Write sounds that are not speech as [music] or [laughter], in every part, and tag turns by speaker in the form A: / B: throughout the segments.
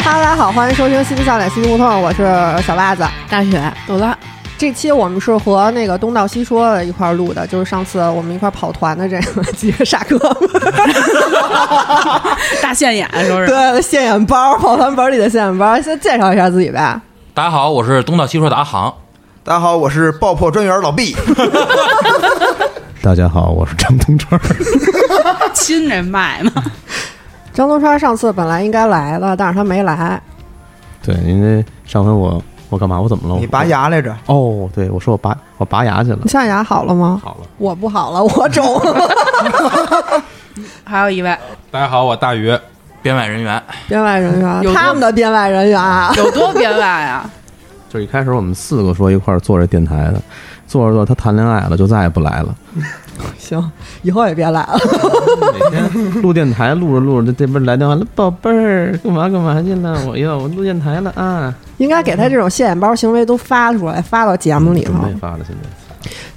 A: 哈喽，大家好，欢迎收听《西西笑脸西西胡同》，我是小袜子。
B: 大雪朵拉，
A: 这期我们是和那个东道西说的一块儿录的，就是上次我们一块儿跑团的这个几个傻哥们，
B: 大现眼说是
A: 对，现眼包跑团本里的现眼包，先介绍一下自己呗。
C: 大家好，我是东道西说的阿航。
D: 大家好，我是爆破专员老毕。
E: 大家好，我是张东川。
B: 亲人脉嘛，
A: 张东川上次本来应该来的，但是他没来。
E: 对，因为上回我我干嘛？我怎么了？我
D: 你拔？牙来着？
E: 哦，对，我说我拔我拔牙去了
A: 你。现在牙好了吗？
E: 好了，
A: 我不好了，我肿。
B: 还有一位
F: 大家好，我大鱼。
C: 编外人员，
A: 编外人员，
B: 有
A: 他们的编外人员啊，
B: 有多编外啊？
E: 就一开始我们四个说一块儿做这电台的，做着做着他谈恋爱了，就再也不来了。
A: 行，以后也别来了。
E: 每天录电台录着录着，这边来电话了，宝贝儿，干嘛干嘛去了？我要我录电台了啊！
A: 应该给他这种现眼包行为都发出来，发到节目里头。
E: 准备发了，现在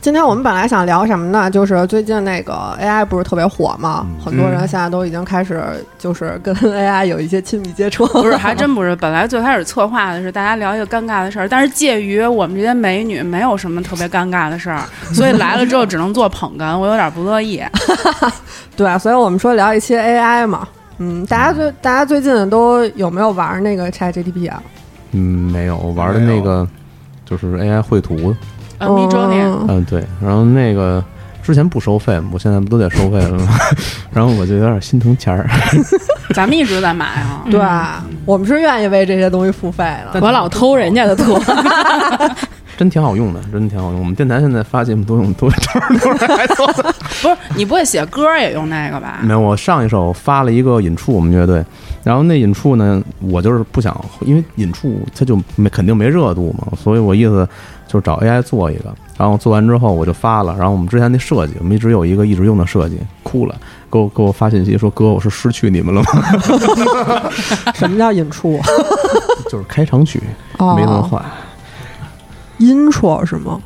A: 今天我们本来想聊什么呢？就是最近那个 AI 不是特别火吗？很多人现在都已经开始就是跟 [laughs] AI 有一些亲密接触。
B: 不是，还真不是。本来最开始策划的是大家聊一个尴尬的事儿，但是介于我们这些美女没有什么特别尴尬的事儿，所以来了之后只能做捧哏，我有点不乐意。
A: [laughs] 对，啊所以我们说聊一期 AI 嘛。嗯，大家最大家最近都有没有玩那个 ChatGPT 啊？
E: 嗯，没有我玩的那个就是 AI 绘图，
B: 呃，米粥那
A: 嗯
E: 嗯，对，然后那个。之前不收费，我现在不都得收费了吗？然后我就有点心疼钱儿。
B: 咱们一直在买啊。
A: 对，我们是愿意为这些东西付费的。
B: 我老偷人家的 [laughs] 图，
E: 真挺好用的，真挺好用。我们电台现在发节目都用都这
A: [laughs]
E: 儿都是来做的。
B: 不是你不会写歌也用那个吧？
E: 没有，我上一首发了一个引触我们乐队，然后那引触呢，我就是不想，因为引触它就没肯定没热度嘛，所以我意思就是找 AI 做一个，然后做完之后我就发了。然后我们之前那设计，我们一直有一个一直用的设计，哭了，给我给我发信息说哥，我是失去你们了
A: [laughs]
E: 吗？
A: 什么叫引 [laughs] 出？
E: 就是开场曲
A: 哦
E: 没文化，
A: intro 是吗？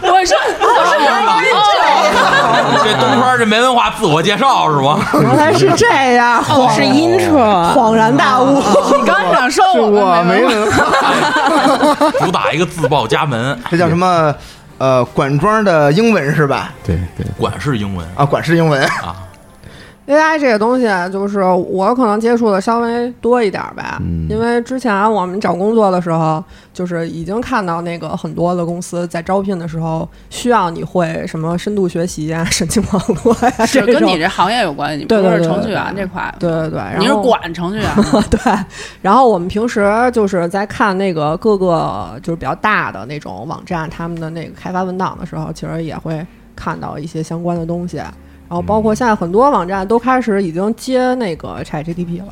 B: 我说
C: 这东川这没文化，自我介绍是吗？
A: 原来是这样，
B: 我是 intro，
A: 恍然大悟。
B: 你刚想说我
D: 我
B: 们
D: 没
B: 文化
D: 文化，
C: 主打一个自报家门，
D: 这叫什么？呃，管庄的英文是吧？
E: 对对，
C: 管是英文，
D: 啊，管式英文。
A: AI 这个东西，就是我可能接触的稍微多一点儿吧，因为之前啊我们找工作的时候，就是已经看到那个很多的公司在招聘的时候需要你会什么深度学习啊、 [laughs] 神经网络呀、啊，
B: 是跟你
A: 这种
B: 这行业有关系，你不
A: 对对
B: 是
A: 对
B: 程序
A: 对
B: 员这块。
A: 对对对，然后
B: 你是管程序员吗，
A: [laughs] 对，然后我们平时就是在看那个各个就是比较大的那种网站，他们的那个开发文档的时候，其实也会看到一些相关的东西。然后
E: 嗯
A: 包括现在很多网站都开始已经接那个 ChatGPT 了，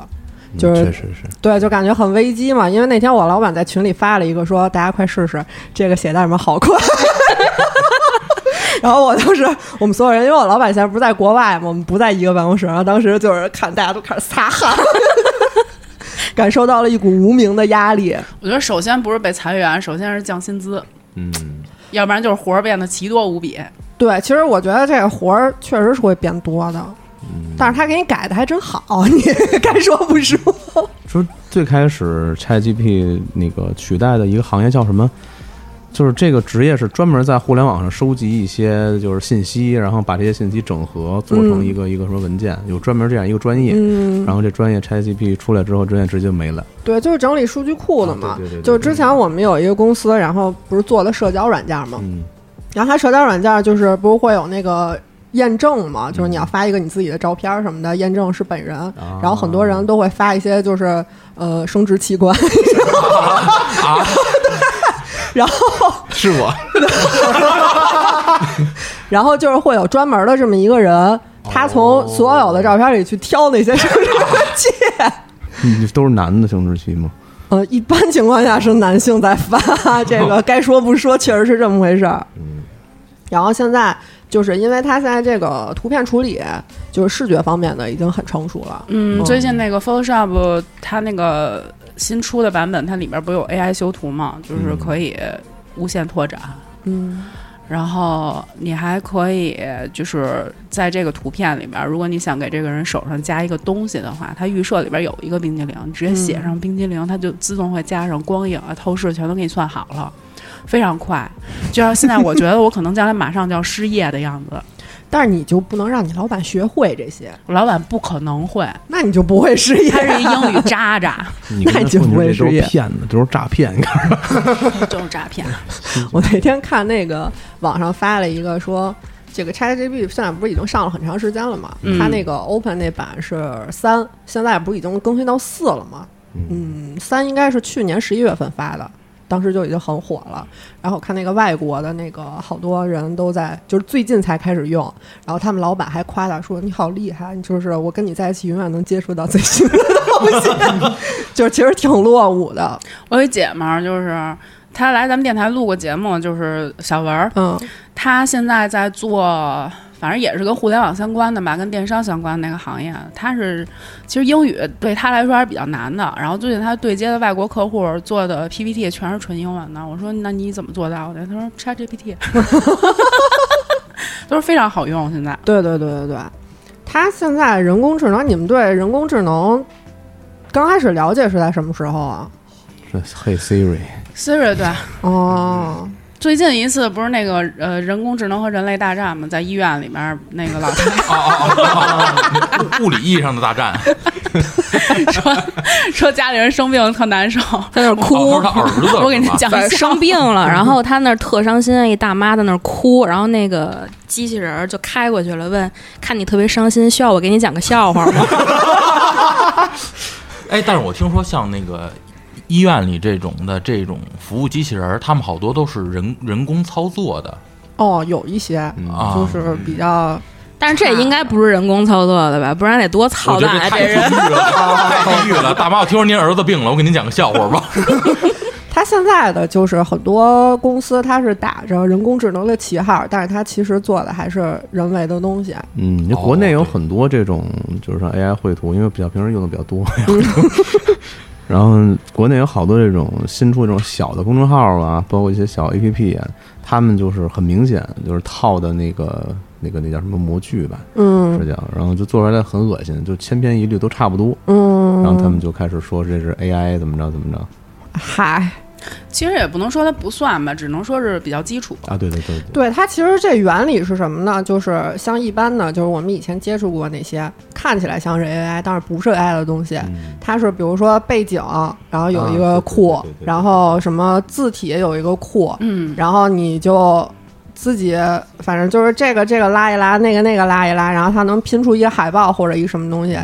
A: 就
E: 嗯
A: 是
E: 确实是。
A: 对，就感觉很危机嘛。因为那天我老板在群里发了一个说，大家快试试这个写代码好快。 [laughs] 然后我当时我们所有人，因为我老板现在不是在国外嘛，我们不在一个办公室，然后当时就是看大家都开始擦汗， [laughs] 感受到了一股无名的压力。
B: 我觉得首先不是被裁员，首先是降薪资，
E: 嗯，
B: 要不然就是活儿变得奇多无比。
A: 对，其实我觉得这个活儿确实是会变多的，但是他给你改的还真好，你 [laughs] 该说不说。
E: 说最开始 ChatGPT 那个取代的一个行业叫什么？就是这个职业是专门在互联网上收集一些就是信息，然后把这些信息整合，做成一个一个什么文件，有专门这样一个专业。
A: 嗯
E: 然后这专业 ChatGPT 出来之后，专业直接没了。
A: 对，就是整理数据库的嘛。
E: 啊对对对对
A: 就是之前我们有一个公司，然后不是做的社交软件嘛，
E: [laughs] 嗯
A: 然后它社交软件就是不是会有那个验证嘛，就是你
E: 嗯
A: 要发一个你自己的照片儿什么的，验证是本
E: 啊
A: 人。然后很多人都会发一些就是呃生殖器
E: [laughs]
A: 官，
E: 啊
A: [laughs] 然后
D: [laughs] 是我，
A: 然后就是会有专门的这么一个人，他
E: 哦
A: 从所有的照片里去挑那些生殖器。
E: 嗯，都是男的生殖器吗？
A: 呃，一般情况下是男性在发，这个该说不说，确实是这么回事儿。然后现在就是因为它现在这个图片处理，就是视觉方面的已经很成熟了。
B: 嗯，
A: 嗯
B: 最近那个 Photoshop 它那个新出的版本，它里边不有 AI 修图嘛，就是
E: 嗯
B: 可以无限拓展。
A: 嗯，
B: 然后你还可以就是在这个图片里边，如果你想给这个人手上加一个东西的话，它预设里边有一个冰激凌，你直接写上冰激凌，它就自动会加上光影啊、透视，全都给你算好了，非常快。就像现在，我觉得我可能将来马上就要失业的样子，
A: 但是你就不能让你老板学会这些，
B: 我老板不可能 [laughs] 会，
A: 那你就不会失业。
B: 他是一 [laughs] 英语渣渣，
E: 你跟他
A: 那
E: 说
A: 就不
E: 你说
A: 会
E: 这都
A: 失
E: 是
A: 业
E: 骗子，这都是诈骗。你看，
B: 就是诈骗。
A: 我那天看那个网上发了一个说，这个 ChatGPT 现在不是已经上了很长时间了嘛？
B: 嗯
A: 它那个 Open 那版是三，现在不是已经更新到四了吗？嗯，三应该是去年十一月份发的。当时就已经很火了，然后我看那个外国的那个好多人都在，就是最近才开始用，然后他们老板还夸他说：“你好厉害，你就是我跟你在一起永远能接触到最新的东西。”就是其实挺落伍的，
B: 我有一姐们儿，就是她来咱们电台录过节目，就是小文儿，
A: 嗯
B: 他现在在做，反正也是跟互联网相关的吧，跟电商相关的那个行业。他是其实英语对他来说还是比较难的。然后最近他对接的外国客户做的 PPT 全是纯英文的。我说那你怎么做 [laughs] 到的？他说 ChatGPT，都是非常好用。现 [laughs] 在
A: 对对对对对，它现在人工智能，你们对人工智能刚开始了解是在什么时候啊？
E: 这 [laughs] 嘿 Siri，
B: Siri 对，
A: 哦，
B: 最近一次不是那个呃人工智能和人类大战吗？在医院里面那个老太
C: 哦哦哦哦，物理意义上的大战，
B: 太说说家里人生病特难
E: [laughs]
B: 受，
F: 在那儿
C: 哦
F: 哭
C: 他，是他儿子，
B: 我给你
C: 是吧
B: 讲
F: 对
B: 一下。
F: 生病 [laughs] 了，然后他那儿特伤心，哎一大妈在那儿哭，然后那个机器人儿就开过去了，问看你特别伤心，需要我给你讲个笑话 [laughs] 吗？
C: 哎，但是我听说像那个医院里这种的这种服务机器人儿，他们好多都是人人工操作的
A: 哦，有一些
C: 啊，
A: 就是比较
F: 但是这应该不是人工操作的吧？不然得多操
C: 我觉
F: 蛋
C: 得
F: 啊！
C: 这
F: 这
C: 太地
F: 人
C: 狱了，太地狱了！大妈，我听说您儿子病了，我给您讲个笑话吧。
A: 它现在的就是很多公司，它是打着人工智能的旗号，但是它其实做的还是人为的东西。
E: 嗯，就
C: 哦
E: 国内有
C: 对
E: 很多这种，就是像 AI 绘图，因为比较平时用的比较多。 [laughs] 然后国内有好多这种新出这种小的公众号啊，包括一些小 APP 啊，他们就是很明显就是套的那个那个那叫什么模具吧，
A: 嗯
E: 是叫，然后就做出来的很恶心，就千篇一律都差不多。
A: 嗯，
E: 然后他们就开始说这是 AI 怎么着怎么着
A: 嗨，
B: 其实也不能说它不算吧，只能说是比较基础。
E: 啊，对对对对，
A: 对它其实这原理是什么呢？就是像一般的，就是我们以前接触过那些看起来像是 AI，但是不是 AI 的东西，
E: 嗯
A: 它是比如说背景，然后有一
E: 啊
A: 个
E: 对对
A: 库，
E: 对对对对
A: 然后什么字体也有一个库，
B: 嗯，
A: 然后你就自己反正就是这个这个拉一拉，那个那个拉一拉，然后它能拼出一个海报或者一个什么东西，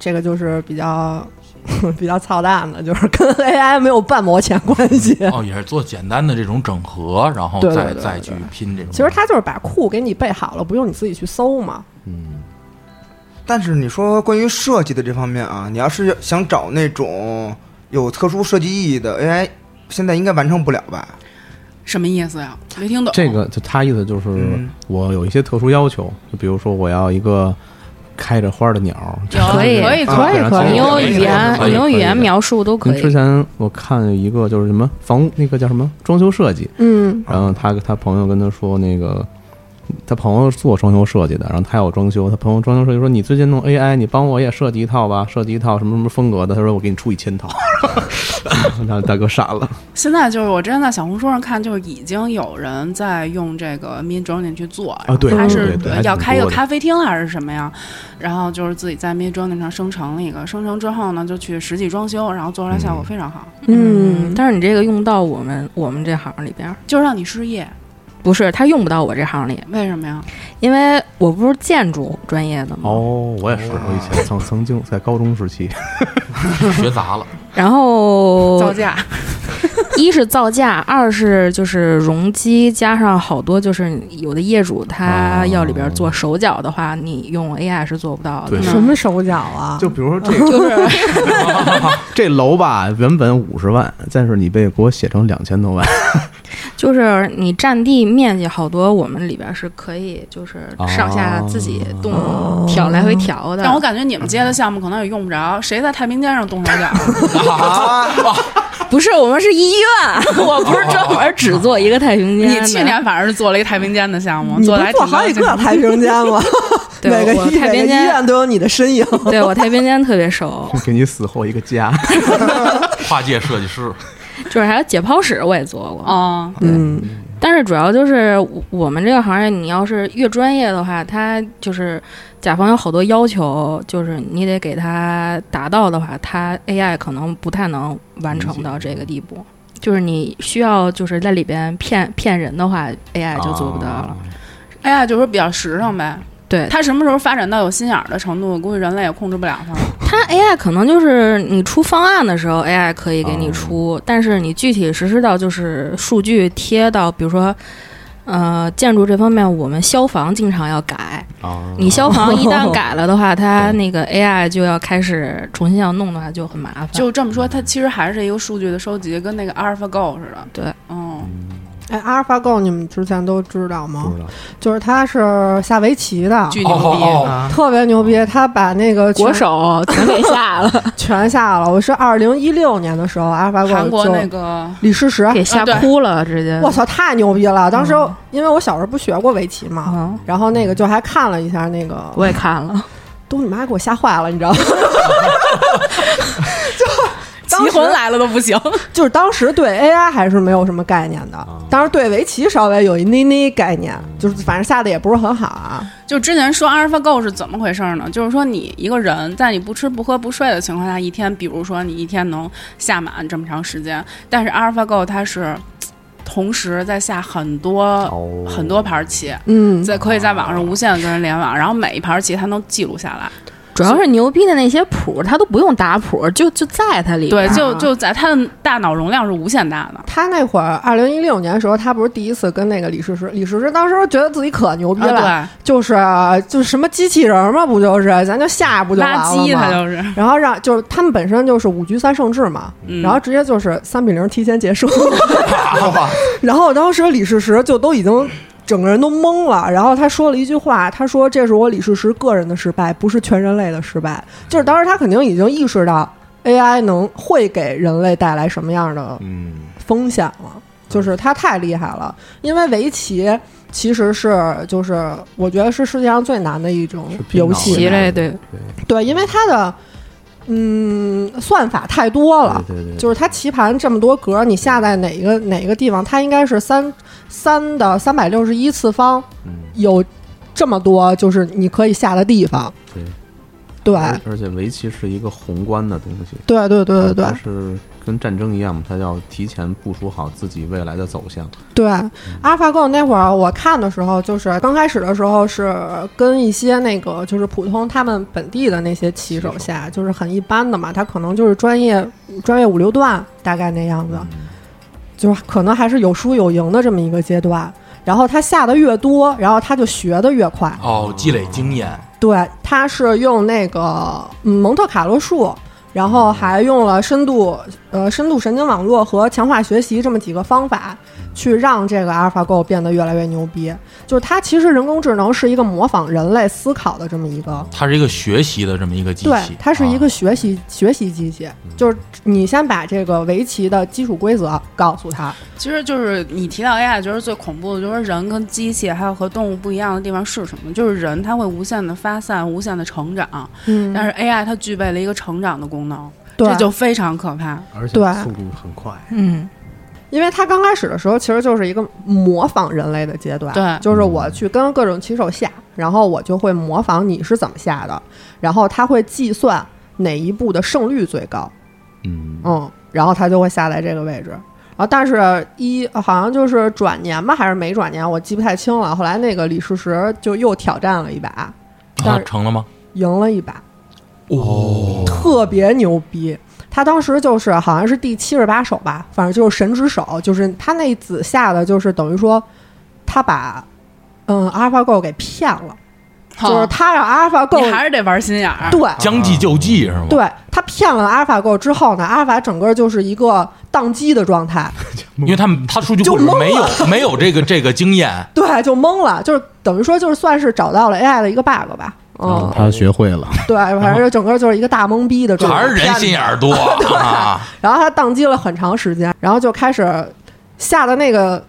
A: 这个就是比较 [laughs] 比较操蛋的，就是跟 [laughs] AI 没有半毛钱关系。
C: 哦，也是做简单的这种整合，然后
A: 对对
C: 再
A: 对
C: 再
A: 对
C: 去拼这种。
A: 其实它就是把库给你备好了，不用你自己去搜嘛。
E: 嗯，
D: 但是你说关于设计的这方面啊，你要是想找那种有特殊设计意义的 AI，现在应该完成不了吧？
B: 什么意思呀？没听懂。
E: 这个就他意思就是
D: 嗯
E: 我有一些特殊要求，就比如说我要一个开着花的鸟，就 [laughs]
B: 有
F: 哎可以
B: 可以
D: 啊
B: 可以
A: 以
E: 对
A: 可以
F: 你用语言，
E: 可以
F: 你用语言
E: 可以
F: 描述都可
E: 跟之
F: 以。
E: 前我看一个就是什么房屋那个叫什么装修设计，
A: 嗯，
E: 然后他他朋友跟他说那个。他朋友做装修设计的，然后他要装修，他朋友装修设计说：“你最近弄 AI，你帮我也设计一套吧，设计一套什么什么风格的。”他说：“我给你出一千套。” [laughs] 然后大哥傻了，
B: 现在就是我之前在小红书上看，就是已经有人在用这个 Mid Journey 去做，然后
E: 啊对
B: 他
E: 对
B: 是
E: 对
B: 呃
E: 还挺
B: 要开一
E: 多
B: 个
E: 的
B: 咖啡厅啊还是什么呀？然后就是自己在 Mid Journey 上生成了一个，生成之后呢，就去实际装修，然后做出来效果非常好，
F: 嗯，但是你这个用到我们我们这行里边儿，
B: 就让你失业，
F: 不是他用不到我这行里，
B: 为什么呀？
F: 因为我不是建筑专业的嘛。
E: 哦，我也是，我以前曾曾经在高中时期，
C: 学杂了，
F: 然后
B: 造价，
F: [laughs] 一是造价，二是就是容积，加上好多就是有的业主他要里边做手脚的话，你用 AI 是做不到的
E: 对。
A: 什么手脚啊？
E: 就比如说
A: [laughs]
E: 这个， [laughs] 这楼吧，原本五十万，但是你被给我写成两千多万， [laughs]
F: 就是你占地面积好多，我们里边是可以就是上下自己动调来回调的。
A: 嗯
B: 但我感觉你们接的项目可能也用不着，谁在太平间上动手脚？
A: [laughs]
F: 不是，我们是医院， [laughs] 我不是专门只做一个太平间的。
B: 你去年反正是做了一太平间的项目，
A: 你不
B: 做的
A: 是做
B: 还挺高
A: 好几
B: 兴
A: 个太平间吗？
F: 对
A: 每个
F: 我
A: 医
F: 太
A: 每个
F: 平
A: 医
F: 间，
A: 院都有你的身影。
F: 对我太平间特别熟，
E: 给你死后一个
A: [laughs]
E: 家。
C: [laughs] 跨界设计师，
F: 就是还有解剖室我也做过。
B: 哦，
A: 嗯，
F: 但是主要就是我我们这个行业，你要是越专业的话，它就是甲方有好多要求，就是你得给他达到的话，它 AI 可能不太能完成到这个地步。就是你需要就是在里边骗骗人的话，AI 就做不到了。
B: 哎呀，就是比较实诚呗。
F: 对
B: 它什么时候发展到有心眼儿的程度，估计人类也控制不了
A: [laughs]
B: 它了。
F: 它 AI 可能就是你出方案的时候，AI 可以给你出，但是你具体实施到就是数据贴到，比如说。呃，建筑这方面，我们消防经常要改，
E: 啊，
F: 你消防一旦改了的 [laughs] 话，它那个 AI 就要开始重新要弄的话，就很麻烦。
B: 就这么说，它其实还是一个数据的收集，跟那个 AlphaGo 似的。
F: 对，
B: 嗯，
A: 哎，AlphaGo 你们之前都知道
E: 不
A: 吗
E: 知？道
A: 就是它是下围棋的，
B: 巨
C: 哦
B: 牛逼！
C: 哦
D: 啊，
A: 特别牛逼，他把那个
F: 国
A: 全
F: 手全给下
A: [laughs]
F: 了，
A: 全下了。我是二零一六年的时候，AlphaGo
C: 哦
B: 韩国
A: 就
B: 那个
A: 李世石，
F: 给吓哭了，直接。
A: 啊我操，太牛逼了！当时因为我小时候不学过围棋嘛，
F: 嗯，
A: 然后那个就还看了一下那个，
F: 我也看了，
A: 都你妈给我吓坏了，你知道吗？
B: 棋
F: [laughs]
A: 当时
B: 魂来了都不行。
A: 就是当时对 AI 还是没有什么概念的，当时对围棋稍微有一妮妮概念，就是反正下的也不是很好啊。
B: 就之前说 AlphaGo 是怎么回事呢？就是说你一个人在你不吃不喝不睡的情况下，一天，比如说你一天能下满这么长时间，但是 AlphaGo 它是嘖同时在下很多、
E: 哦
B: 很多盘棋，
A: 嗯，
B: 在可以在网上无限地跟人联网，然后每一盘棋它能记录下来。
F: 主要是牛逼的那些谱，他都不用打谱，就就在它里
B: 对
A: 啊
F: 边。，
B: 就就在它的大脑容量是无限大的。
A: 他那会儿二零一六年的时候，他不是第一次跟那个李世石，李世石当时觉得自己可牛逼了，
B: 啊，
A: 就是就是什么机器人嘛，不就是咱就下不
B: 对，
A: 就完
B: 垃
A: 了吗？
B: 圾它就是，
A: 然后让就是他们本身就是五局三胜制嘛，
B: 嗯
A: 然后直接就是三比零提前结束。 [laughs] 然后当时李世石就都已经整个人都懵了，然后他说了一句话，他说：“这是我李世石个人的失败，不是全人类的失败。”就是当时他肯定已经意识到 AI 能会给人类带来什么样的
E: 嗯，
A: 风险了，就是他太厉害了。因为围棋其实是就是我觉得是世界上最难的一种
E: 是拼
A: 游
E: 脑
A: 戏
E: 子
F: 棋，类对
A: 对，因为它的嗯算法太多了。
E: 对对对，
A: 就是它棋盘这么多格，你下在哪一个哪一个地方，它应该是三三的三百六十一次方
E: 嗯
A: 有这么多，就是你可以下的地方。
E: 对
A: 对
E: 而而且围棋是一个宏观的东西，
A: 对对哎对对对
E: 它是跟战争一样嘛，它要提前部署好自己未来的走向。
A: 对，AlphaGo 那会儿我看的时候，就是刚开始的时候是跟一些那个就是普通他们本地的那些棋手下，就是很一般的嘛，他可能就是专业专业五六段大概那样子。
E: 嗯
A: 就是可能还是有输有赢的这么一个阶段。然后他下的越多，然后他就学的越快。
C: 哦，积累经验，
A: 对，他是用那个嗯蒙特卡洛术，然后
C: 嗯
A: 还用了深度呃深度神经网络和强化学习这么几个方法，
C: 嗯
A: 去让这个 AlphaGo 变得越来越牛逼。就是它其实人工智能是一个模仿人类思考的这么一个。
C: 它是一个学习的这么一个机
A: 对
C: 器，，
A: 它是一个
C: 啊嗯
A: 学习、学习机器，就是你先把这个围棋的基础规则告诉他，
B: 其实就是你提到 AI，觉得最恐怖的就是人跟机器还有和动物不一样的地方是什么？就是人他会无限的发散、无限的成长，
A: 嗯
B: 但是 AI 它具备了一个成长的功能，
A: 对
B: 这就非常可怕。
E: 而且
A: 对
E: 速度很快，
F: 嗯，
A: 因为它刚开始的时候，其实就是一个模仿人类的阶段，
B: 对
A: 就是我去跟各种棋手下，然后我就会模仿你是怎么下的，然后他会计算哪一步的胜率最高，
E: 嗯，
A: 嗯，然后他就会下在这个位置。然后，但是一好像就是转年吧，还是没转年，我记不太清了。后来那个李世石就又挑战了一把，但
C: 啊
A: 是
C: 成了吗？
A: 赢了一把，
C: 哦，
A: 特别牛逼。他当时就是好像是第七十八首吧，反正就是神之手，就是他那一子下的就是等于说他把嗯 AlphaGo 给骗了，就是他让 AlphaGo
B: 你还是得玩心眼儿。
A: 对
C: 将计就计是吗？
A: 对他骗了阿尔法狗之后呢，阿尔法整个就是一个宕机的状态， [laughs]
C: 因为他们他数据库里
A: 就懵了
C: 没有没有这个这个经验，
A: 对，就懵了，就是等于说就是算是找到了 AI 的一个 bug 吧，
E: 啊
A: 嗯，
C: 哦
E: 他学会了，
A: 对，反正整个 [laughs] 就是一个大懵逼的状态，
C: 还是人心眼儿
A: [laughs]
C: 多啊！
A: 然后他宕机了很长时间，然后就开始下的那个。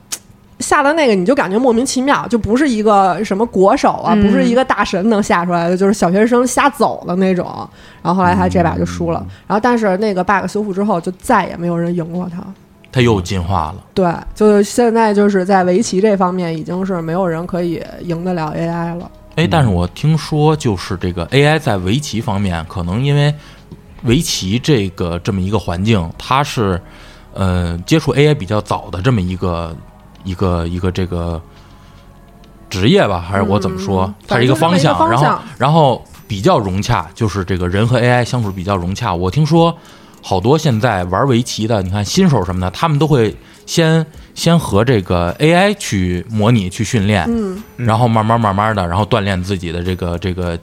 A: 下的那个你就感觉莫名其妙，就不是一个什么国手啊，
F: 嗯
A: 不是一个大神能下出来的，就是小学生瞎走的那种。然后后来他这把就输了，然后但是那个 bug 修复之后，就再也没有人赢过他。
C: 他又进化了，
A: 对，就是现在就是在围棋这方面，已经是没有人可以赢得了 AI 了。
C: 哎，但是我听说就是这个 AI 在围棋方面，可能因为围棋这个这么一个环境，它是呃接触 AI 比较早的这么一个一个一个这个职业吧，还是我怎么说？
A: 嗯
C: 它是一
A: 反正
C: 方
A: 就是这么一个方
C: 向，然后
A: 向
C: 然后比较融洽，就是这个人和 AI 相处比较融洽。我听说好多现在玩围棋的，你看新手什么的，他们都会先先和这个 AI 去模拟去训练，
A: 嗯，
C: 然后慢慢慢慢的，然后锻炼自己的这个这个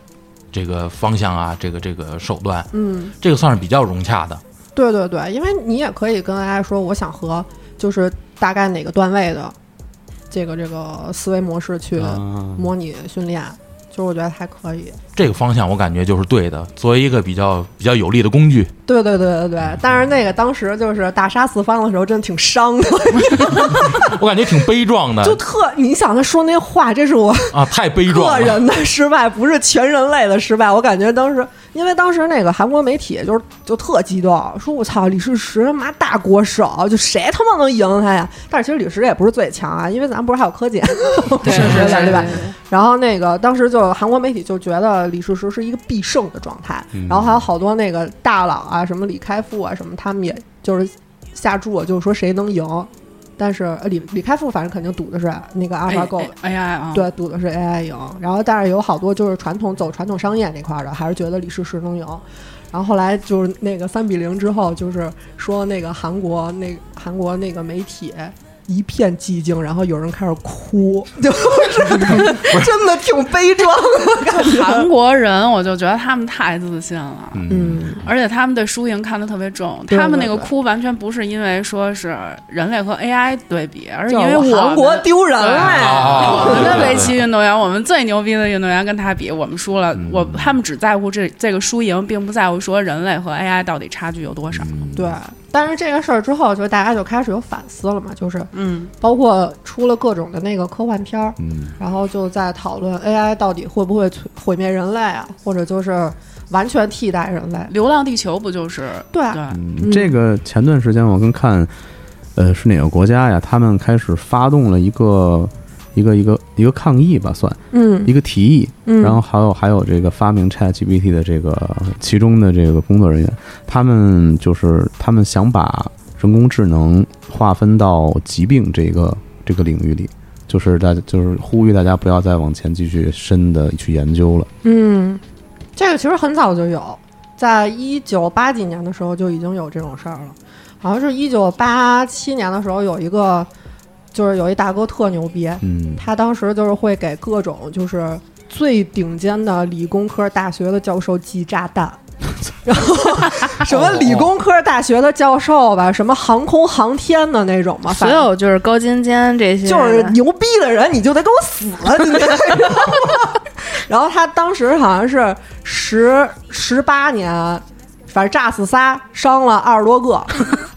C: 这个方向啊，这个这个手段，
A: 嗯，
C: 这个算是比较融洽的。
A: 对对对，因为你也可以跟 AI 说，我想和就是大概哪个段位的这个这个思维模式去
E: 啊嗯
A: 模拟训练，就是我觉得还可以。
C: 这个方向我感觉就是对的，作为一个比较比较有力的工具， [laughs]
A: 对对对对对，但是那个当时就是大杀四方的时候，真的挺伤的，
C: 我感觉挺悲壮的
A: 就特你想他说那话，这是我
C: 啊，太悲
A: 个
C: 壮了。
A: 人的失败，不是全人类的失败。我感觉当时，因为当时那个韩国媒体就是就特激动，说我操，李世石他妈大国手，就谁他妈能赢他呀？但是其实李世石也不是最强啊，因为咱不是还有
B: [laughs]
A: 柯洁，
B: 对
A: 对吧？
B: 对
A: 对吧？
B: 对
A: 然后那个当时就韩国媒体就觉得李世石是一个必胜的状态，
C: 嗯
A: 然后还有好多那个大佬啊，什么李开复啊，什么他们也就是下注，啊就是说谁能赢。但是呃李李开复反正肯定赌的是那个阿尔法狗，
B: 哎呀啊，
A: 对，赌的是 AI 赢。然后，但是有好多就是传统走传统商业那块儿的，还是觉得李世石能赢。然后后来就是那个三比零之后，就是说那个韩国那韩国那个媒体。一片寂静，然后有人开始哭，就是 [laughs] 真的挺悲壮的感
B: 韩
A: 觉。
B: 国人，我就觉得他们太自信了。
A: 嗯，
B: 而且他们对输赢看得特别重，
A: 对
B: 他们那个
A: 对对
B: 哭完全不是因为说是人类和 AI 对比，而是
A: 就
B: 因为
A: 是
B: 我们
A: 韩国丢人了、[laughs]
C: 啊
B: 我们的围棋
C: 对对对
B: 运动员，我们最牛逼的运动员跟他比，我们输了。我他们只在乎这这个输赢，并不在乎说人类和 AI 到底差距有多少。
A: 对，但是这个事儿之后，就大家就开始有反思了嘛，就是
B: 嗯，
A: 包括出了各种的那个科幻片儿，然后就在讨论 AI 到底会不会摧毁灭人类啊，或者就是完全替代人类。
B: 《流浪地球》不就是
A: 对啊，
B: 对
A: 嗯
E: 这个前段时间我跟看，呃，是哪个国家呀？他们开始发动了一个一个一个一个抗议吧，算
A: 嗯
E: 一个提议。
A: 嗯，
E: 然后还有还有这个发明 ChatGPT 的这个其中的这个工作人员，他们就是他们想把人工智能划分到疾病这个这个领域里，就是大家就是呼吁大家不要再往前继续深的去研究了。
A: 嗯，这个其实很早就有，在一九八几年的时候就已经有这种事儿了，好像是一九八七年的时候有一个，就是有一大哥特牛逼，
E: 嗯，
A: 他当时就是会给各种就是最顶尖的理工科大学的教授寄炸弹，然后什
E: 哦
A: 么理工科大学的教授吧，什么航空航天的那种嘛，
F: 所
A: 反正
F: 有就是高精尖这些，
A: 就是牛逼的人，你就得给我死了，你知道吗？ [laughs] 然后他当时好像是十十八年，反正炸死仨，伤了二十多个。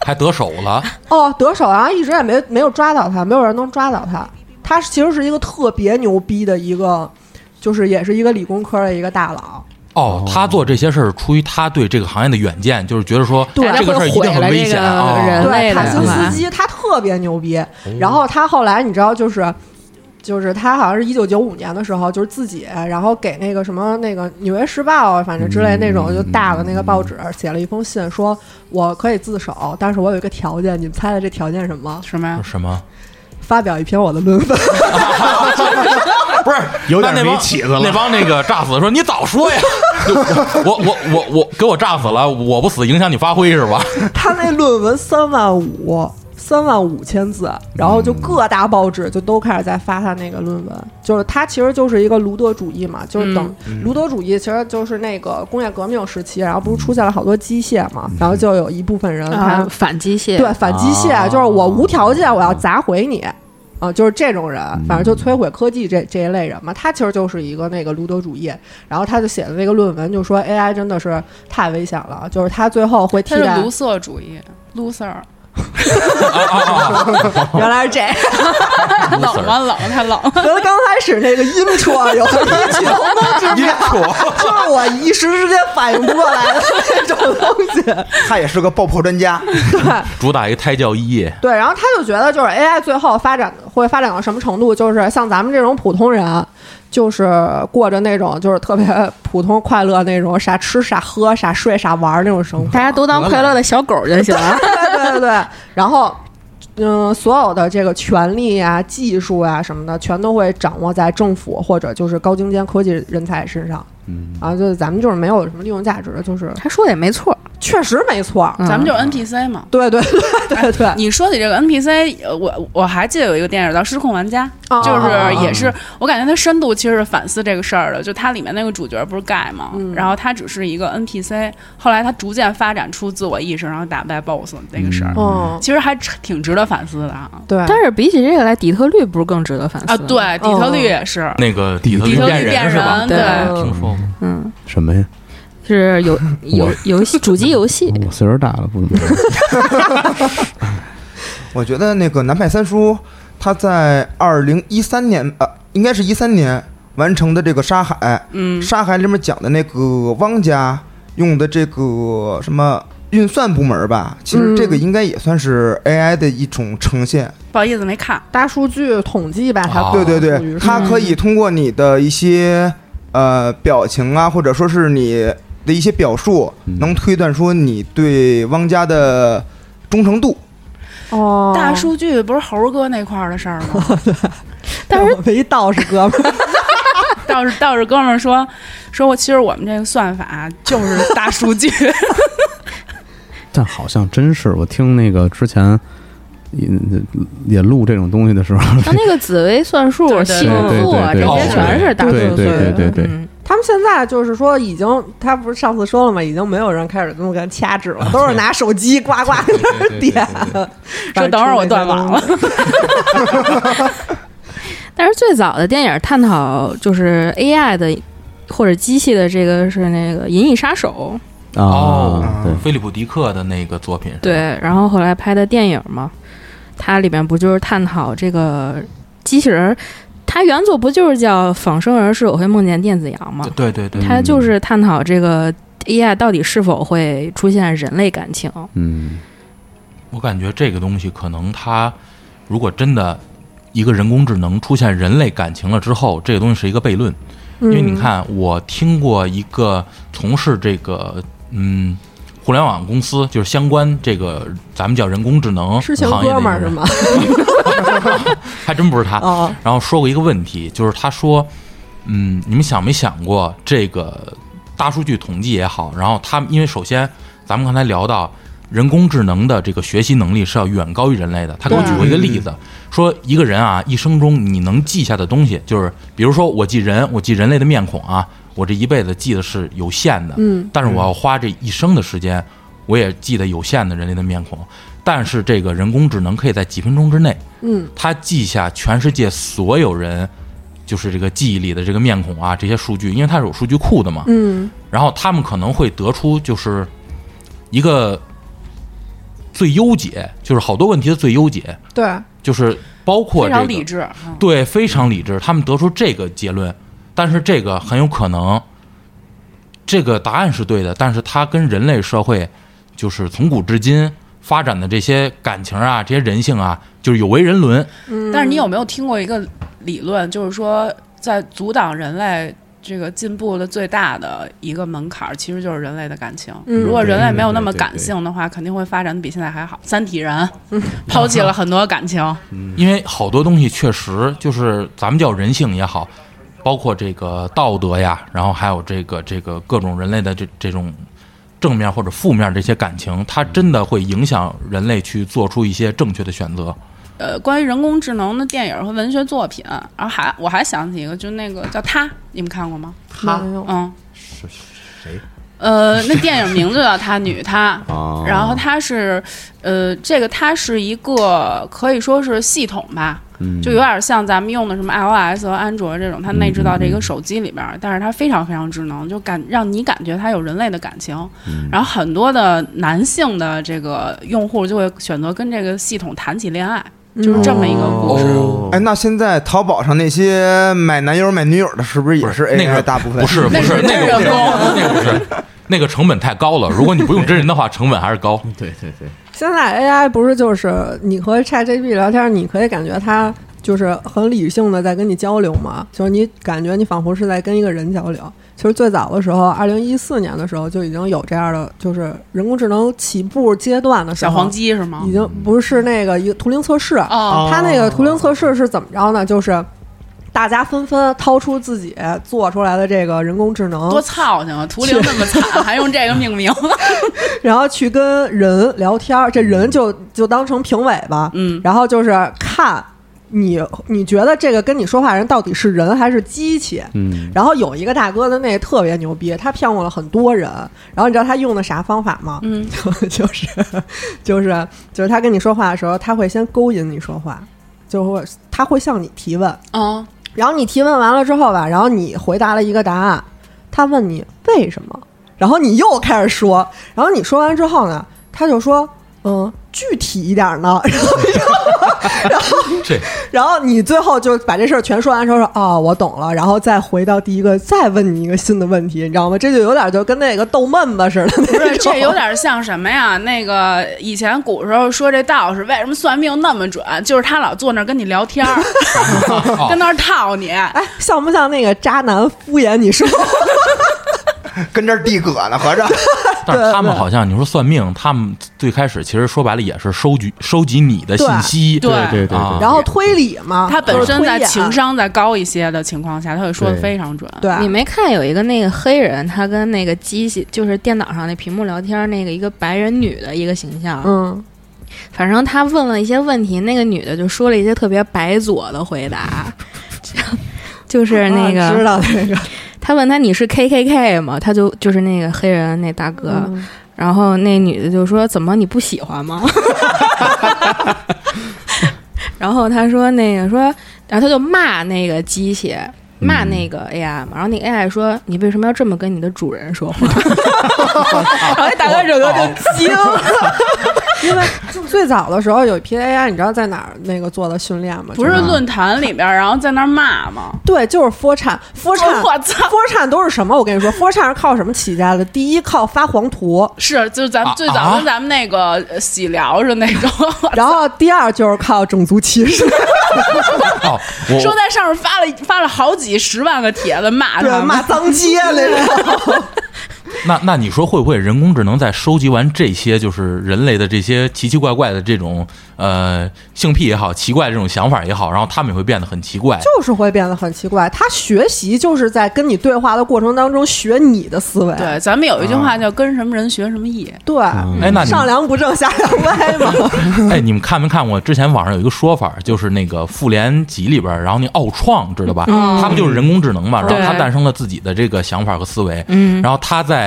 C: 还得手了，
A: 哦，得手，然后一直也没没有抓到他，没有人能抓到他。他其实是一个特别牛逼的一个，就是也是一个理工科的一个大佬。
C: 哦，他做这些事儿出于他对这个行业的远见，就是觉得说
A: 对
C: 这个事儿一定很危险
F: 大家会毁了这个人
C: 啊。
A: 对，
F: 类的
A: 塔辛
F: 是吧
A: 斯基他特别牛逼。然后他后来你知道就是。就是他好像是一九九五年的时候，就是自己，然后给那个什么那个《纽约时报》啊反正之类那种就大的那个报纸写了一封信，说我可以自首，但是我有一个条件，你们猜猜这条件是什么？
B: 什么呀？
C: 什么？
A: 发表一篇我的论文。
C: 不是
E: 有点
C: 那那帮 [laughs]
E: 没起子了 [laughs]
C: 那帮那个炸死的说：“你早说呀！我我我我给我炸死了，我不死影响你发挥是吧？
A: 他那论文三万五，三万五千字，然后就各大报纸就都开始在发他那个论文，就是他其实就是一个卢德主义嘛，就是等卢德主义其实就是那个工业革命时期，然后不是出现了好多机械嘛，然后就有一部分人他、
F: 啊，反机械，
A: 对反机械，
E: 啊
A: 就是我无条件我要砸毁你。啊，就是这种人，反正就摧毁科技这这一类人嘛，他其实就是一个那个卢德主义，然后他就写的那个论文就说 AI 真的是太危险了，就是他最后会替
B: 他是
A: 代
B: [laughs] 卢瑟主义，loser，
C: 啊啊啊！
A: 原来是这样。
B: 冷吗？冷，太冷。
A: 觉得刚开始那个音戳有异曲同工之妙，就是我一时之间反应不过来的那种东西。
D: [laughs] 他也是个爆破专家，
C: 主打一胎教一夜，
A: 对，然后他就觉得就是 AI 最后发展会发展到什么程度，就是像咱们这种普通人，就是过着那种就是特别普通快乐那种啥吃啥喝啥睡啥玩儿那种生活，
F: 大家都当快乐的小狗就
A: [laughs]
F: 行了。
A: 对对对对，然后。嗯，所有的这个权利呀、技术呀、什么的，全都会掌握在政府或者就是高精尖科技人才身上。嗯，啊，就是咱们就是没有什么利用价值的，就是
F: 他说的也没错，
A: 确实没错儿。
F: 嗯
B: 咱们就是 NPC 嘛。
A: 对对对对对，
B: 你说起这个 NPC，呃我我还记得有一个电影叫《失控玩家》，
A: 啊
B: 哎
F: 哦
B: 就是也是我感觉它深度其实是反思这个事儿的。就它里面那个主角不是盖嘛，
F: 嗯
B: 然后他只是一个 NPC，后来他逐渐发展出自我意识，然后打败 BOSS 这个事儿，哦
A: 嗯，
B: 其实还挺值得反思的啊。
A: 对，
F: 但是比起这个来，底特律不是更值得反思哦
B: 啊，
F: 吗，
B: 对，底特律也是，
C: 那个底特
B: 底
C: 律
B: 特
C: 变
B: 律
C: 人
B: 变
C: 是吧？啊
B: 人，
F: 对
B: 对，
C: 听说过，
F: 嗯，
E: 什么呀？哦
F: 是
E: [laughs]
F: 有有游戏主机游戏，
E: 我岁数大了，不怎么知道。
D: 我觉得那个南派三叔他在二零一三年呃，应该是一三年完成的这个《沙海》，
B: 嗯，
D: 沙海里面讲的那个汪家用的这个什么运算部门吧，其实这个应该也算是
C: 嗯
D: AI 的一种呈现。
B: 不好意思没看，
A: 大数据统计吧，它
C: 啊
D: 对对
A: 属于是
D: 对，它可以通过你的一些呃表情啊，或者说是你的一些表述，
C: 嗯
D: 能推断出你对汪家的忠诚度。
A: 哦，
B: 大数据不是猴哥那块儿的事儿吗？
A: 但是我们一道士哥们儿，
B: 倒是倒是哥们儿说说，我其实我们这个算法啊就是大数
C: [laughs]
B: 据，
E: 但好像真是，我听那个之前也也录这种东西的时候，
F: 像那个紫薇算术
B: 对、对
F: 幸福啊，这
E: 对对
F: 些
C: 对
F: 全是大数
E: 对
F: 据。
E: 对对对对，
F: 嗯，
A: 他们现在就是说已经，他不是上次说了吗？已经没有人开始这么跟掐指
C: 啊
A: 了，都是拿手机呱呱跟那儿点。
B: 说等会儿我断网了。
F: 但是最早的电影探讨就是 AI 的或者机器的这个是那个《银翼杀手》，
E: 啊，对，
C: 菲利普迪克的那个作品是吧，
F: 对，然后后来拍的电影嘛，它里面不就是探讨这个机器人儿？它原作不就是叫《仿生儿是否会梦见电子羊》吗？
C: 对对对对，
F: 它
E: 嗯
F: 就是探讨这个 AI 到底是否会出现人类感情。
E: 嗯，
C: 我感觉这个东西可能它如果真的一个人工智能出现人类感情了之后，这个东西是一个悖论，
A: 嗯
C: 因为你看，我听过一个从事这个嗯。互联网公司就是相关这个，咱们叫人工智能
A: 痴情
C: 行业的
A: 哥
C: 一
A: 们
C: 个
A: 儿是
C: 人，
A: 吗？
C: 还真不是他，
A: 哦，
C: 然后说过一个问题，就是他说，嗯，你们想没想过这个大数据统计也好，然后他们因为首先咱们刚才聊到人工智能的这个学习能力是要远高于人类的，他给我举过一个例子，说一个人啊一生中你能记下的东西，就是比如说我记人，我记人类的面孔啊，我这一辈子记得是有限的，
A: 嗯，
C: 但是我要花这一生的时间，我也记得有限的人类的面孔。但是这个人工智能可以在几分钟之内，
A: 嗯，
C: 它记下全世界所有人，就是这个记忆里的这个面孔啊，这些数据，因为它是有数据库的嘛，
A: 嗯，
C: 然后他们可能会得出就是一个最优解，就是好多问题的最优解，
A: 对，
C: 就是包括
B: 非
C: 这个
B: 常理智，嗯
C: 对，非常理智，他们得出这个结论，但是这个很有可能，这个答案是对的，但是它跟人类社会就是从古至今发展的这些感情啊、这些人性啊，就是有违人伦。
B: 但是你有没有听过一个理论，就是说在阻挡人类这个进步的最大的一个门槛儿，其实就是人类的感情。
A: 嗯
B: 如果人类没有那么
E: 对对对
B: 感性的话，肯定会发展的比现在还好。三体人 [laughs] 抛弃了很多感情，
C: 因为好多东西确实就是咱们叫人性也好，包括这个道德呀，然后还有这个这个各种人类的这这种正面或者负面这些感情，它真的会影响人类去做出一些正确的选择。
B: 呃，关于人工智能的电影和文学作品，然后还我还想起一个，就那个叫《他》，你们看过吗？
A: 他
B: 嗯，
E: 是谁
B: 呃，那电影名字叫《他女她》，
E: 啊？
B: 然后它是，呃，这个它是一个可以说是系统吧，
E: 嗯
B: 就有点像咱们用的什么 iOS 和安卓这种，它内置到
E: 嗯
B: 这个手机里边儿，但是它非常非常智能，就感让你感觉它有人类的感情。
E: 嗯
B: 然后很多的男性的这个用户就会选择跟这个系统谈起恋爱，就是这么一个故事。
E: 哦
D: 哎，那现在淘宝上那些买男友、买女友的，是不是也
C: 不是那
D: AI
C: 个
D: 大部分？
C: 不是不
B: 那
C: 是
B: 是
C: 那个
B: 真
C: 不
B: 人
C: 是
B: 工
C: 那个不是那个成本太高了。如果你不用真人的话，成本还是高。
E: 对对对，
A: 现在 AI 不是就是你和 ChatGPT 聊天，你可以感觉它就是很理性的在跟你交流嘛，就是你感觉你仿佛是在跟一个人交流。其实最早的时候，二零一四年的时候就已经有这样的，就是人工智能起步阶段的时
B: 小
A: 候，
B: 黄鸡是吗
A: 已？经不是那个一个图灵测试，
B: 哦，
A: 它那个图灵测试是怎么着呢？就是大家纷纷掏出自己做出来的这个人工智能，
B: 多操性啊！图灵那么惨，还用这个命名？
A: 然后去跟人聊天儿，这人就就当成评委吧，
B: [laughs] 嗯，
A: 然后就是看你你觉得这个跟你说话人到底是人还是机器。
E: 嗯，
A: 然后有一个大哥的那个特别牛逼，他骗过了很多人。然后你知道他用的啥方法
B: [laughs]
A: 吗？
B: 嗯，
A: 就是就是就是他跟你说话的时候，他会先勾引你说话，就会他会向你提问，
B: 哦，
A: 然后你提问完了之后吧，然后你回答了一个答案，他问你为什么，然后你又开始说，然后你说完之后呢，他就说，嗯，具体一点呢，然后你就
D: [laughs]
C: 这
A: 然后你最后就把这事儿全说完之后说，哦，我懂了，然后再回到第一个，再问你一个新的问题，你知道吗？这就有点就跟那个逗闷子似 [laughs] 的那种，
B: 不
C: 哎
B: 是，这有点像什么呀？那个以前古时候说这道士为什么算命那么准，就是他老坐那儿跟你聊天儿，
C: 哦啊
B: 跟那儿套你。
A: 哎，像不像那个渣男敷衍你说？
D: [laughs] 跟这儿地葛呢，合着
C: 但是他们好像你说算命，他们最开始其实说白了也是收集收集你的信息，
B: 对
E: 对对对
C: 啊
E: 对，
A: 然后推理嘛，
B: 他本身
A: [laughs]
B: 在情
A: 商
B: 商再高一些的情况下，他会说的非常准。
A: 对
F: 你没看有一个那个黑人，他跟那个机器，就是电脑上那屏幕聊天那个一个白人女的一个形象，
A: 嗯，
F: 反正他问了一些问题，那个女的就说了一些特别白左的回
A: [laughs]
F: 答， [laughs] 就是那
A: 啊知
F: 个
A: 道那个
F: 他问他你是 K K K 吗？他就就是那个黑人那大哥，
A: 嗯
F: 然后那女的就说怎么你不喜欢吗？ [laughs] 然后他说那个说，然后他就骂那个机器。骂那个 AI 嘛，然后那个 AI 说：“你为什么要这么跟你的主人说话？” [laughs] 然后那大哥整个就惊了。
A: [laughs] 因为最早的时候有一批 AI，你知道在哪儿那个做的训练吗？
B: 不是论坛里边儿，然后在那儿骂吗？
A: 对，就是 Fortran，Fortran，
B: 我操
A: Fortran 都是什么？我跟你说，Fortran 是靠什么起家的？第一靠发黄图，
B: 是，就是咱们
C: 啊
B: 最早跟咱们那个呃喜聊是那种，
A: 然后第二就是靠种族歧视，
C: 哦，我
B: 说在上面发了发了好几十万个帖子骂他
A: 对，
B: 们
A: 骂脏
B: [laughs]
A: 街那种。
C: [laughs] 那那你说会不会人工智能在收集完这些就是人类的这些奇奇怪怪的这种呃性癖也好，奇怪这种想法也好，然后他们也会变得很奇
A: [laughs]
C: 怪？
A: 就是会变得很奇怪。他学习就是在跟你对话的过程当中学你的思维，
B: 对，咱们有一句
C: 啊
B: 话叫“跟什么人学什么艺
A: 对嗯
C: 哎，那你
A: 上
C: 们
A: 梁不正下梁歪嘛。
C: [laughs] 哎，你们看没看过？之前网上有一个说法，就是那个《复联几》里边儿，然后那奥创知道吧？他不就是人工智能嘛？然后
F: 对
C: 他诞生了自己的这个想法和思维。嗯，然后他在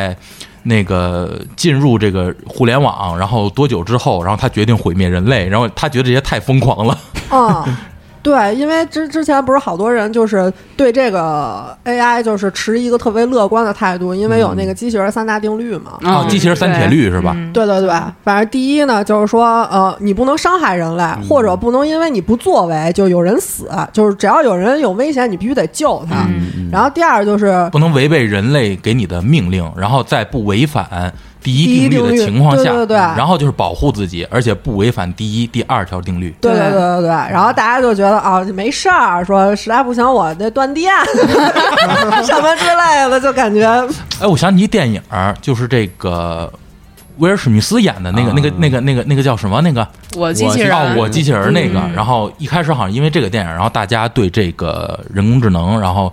C: 那个进入这个互联网，然后多久之后，然后他决定毁灭人类，然后他觉得这些太疯狂了。
A: 嗯，对，因为之之前不是好多人就是对这个 AI 就是持一个特别乐观的态度，因为有那个机器人三大定律嘛。”。
B: 哦
C: 啊，
B: 嗯
C: 机器人三铁律是吧？
A: 对对对，反正第一呢，就是说，呃，你不能伤害人类，或者不能因为你不作为就有人死，就是只要有人有危险，你必须得救他。然后第二就是
C: 不能违背人类给你的命令，然后在不违反第一定律的情况下，
A: 第一定律对对对
C: 然后就是保护自己，而且不违反第一、第二条定律。
A: 对对对对对，然后大家就觉得啊、没事儿，说实在不行我那断电 [laughs] 什么之类的，就感觉
C: 哎，我想起一电影儿，就是这个威尔史密斯演的那个、
E: 啊
C: 那个、那个、那个、那个叫什么？那个
B: 我机器人，
C: 哦，我机器人儿那个。然后一开始好像因为这个电影，然后大家对这个人工智能，然后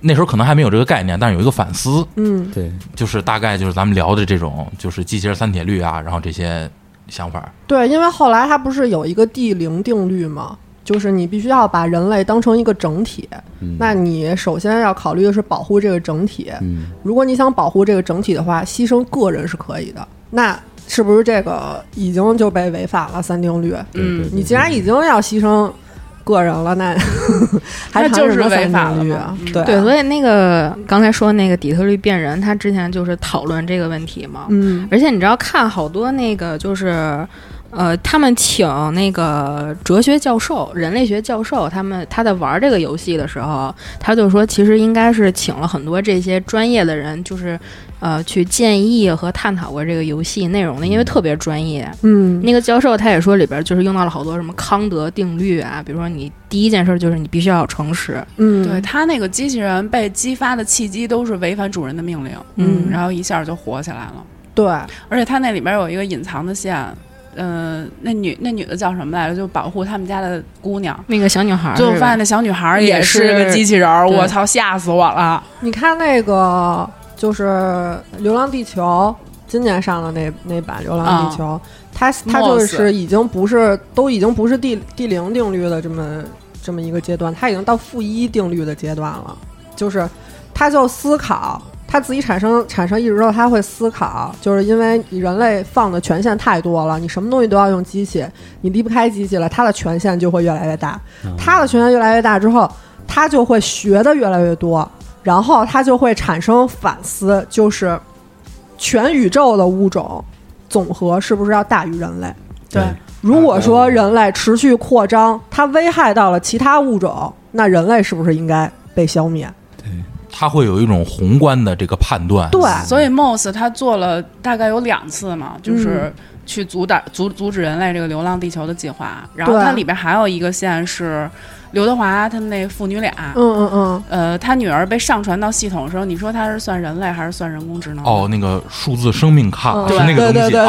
C: 那时候可能还没有这个概念，但是有一个反思，
A: 嗯，
G: 对，
C: 就是大概就是咱们聊的这种，就是机器人三铁律啊，然后这些想法。
A: 对，因为后来它不是有一个第零定律吗？就是你必须要把人类当成一个整体，
G: 嗯
A: 那你首先要考虑的是保护这个整体。
G: 嗯
A: 如果你想保护这个整体的话，牺牲个人是可以的。那是不是这个已经就被违反了三定律？
G: 对对
B: 嗯
G: 对
A: 你既然已经要牺牲个人了，那 [laughs] 还
B: 那
A: 谈
B: 就
A: 什
B: 是
A: 么
B: 违
A: 三
B: 法
A: 定
B: 了
A: 律
B: 嘛
A: 啊
B: 嗯
A: 对
F: 对，
A: 啊
F: 所以那个刚才说那个底特律变人，他之前就是讨论这个问题嘛。
A: 嗯
F: 而且你知道，看好多那个就是，呃，他们请那个哲学教授、人类学教授，他们他在玩这个游戏的时候，他就说，其实应该是请了很多这些专业的人，就是呃，去建议和探讨过这个游戏内容的，因为特别专业。
A: 嗯，
F: 那个教授他也说，里边就是用到了好多什么康德定律啊，比如说你第一件事就是你必须要诚实，
A: 嗯
B: 对他那个机器人被激发的契机都是违反主人的命令，
A: 嗯
B: 然后一下就火起来了。
A: 对，
B: 而且他那里边有一个隐藏的线，嗯、那女那女的叫什么来着？就保护他们家的姑娘。
F: 那个小女孩儿
B: 最后
F: 是吧
B: 发现那小女孩儿
F: 也
B: 是
F: 是
B: 个机器人儿，
F: 对
B: 我操，吓死我了！
A: 你看那个就是《流浪地球》，今年上的那那版《流浪地球》它它就
B: Moss
A: 是已经不是都已经不是第第零定律的这么这么一个阶段，它已经到负一定律的阶段了。就是它就思考，它自己产生产生意识之后，它会思考，就是因为你人类放的权限太多了，你什么东西都要用机器，你离不开机器了，它的权限就会越来越大。
G: 啊
A: 它的权限越来越大之后，它就会学的越来越多，然后它就会产生反思，就是全宇宙的物种总和是不是要大于人类？
B: 对，
A: 如果说人类持续扩张，它危害到了其他物种，那人类是不是应该被消灭？
C: 他会有一种宏观的这个判断，
A: 对，
F: 嗯
B: 所以 Moss 他做了大概有两次嘛，就是去阻挡、阻阻止人类这个流浪地球的计划。然后
A: 对
B: 它里边还有一个线是刘德华他们那父女俩，
A: 嗯嗯
B: 呃，他女儿被上传到系统的时候，你说他是算人类还是算人工智能？
C: 哦，，那个数字生命卡
A: 嗯
C: 是那
A: 对
C: 个东
A: 对对
C: 西
A: 对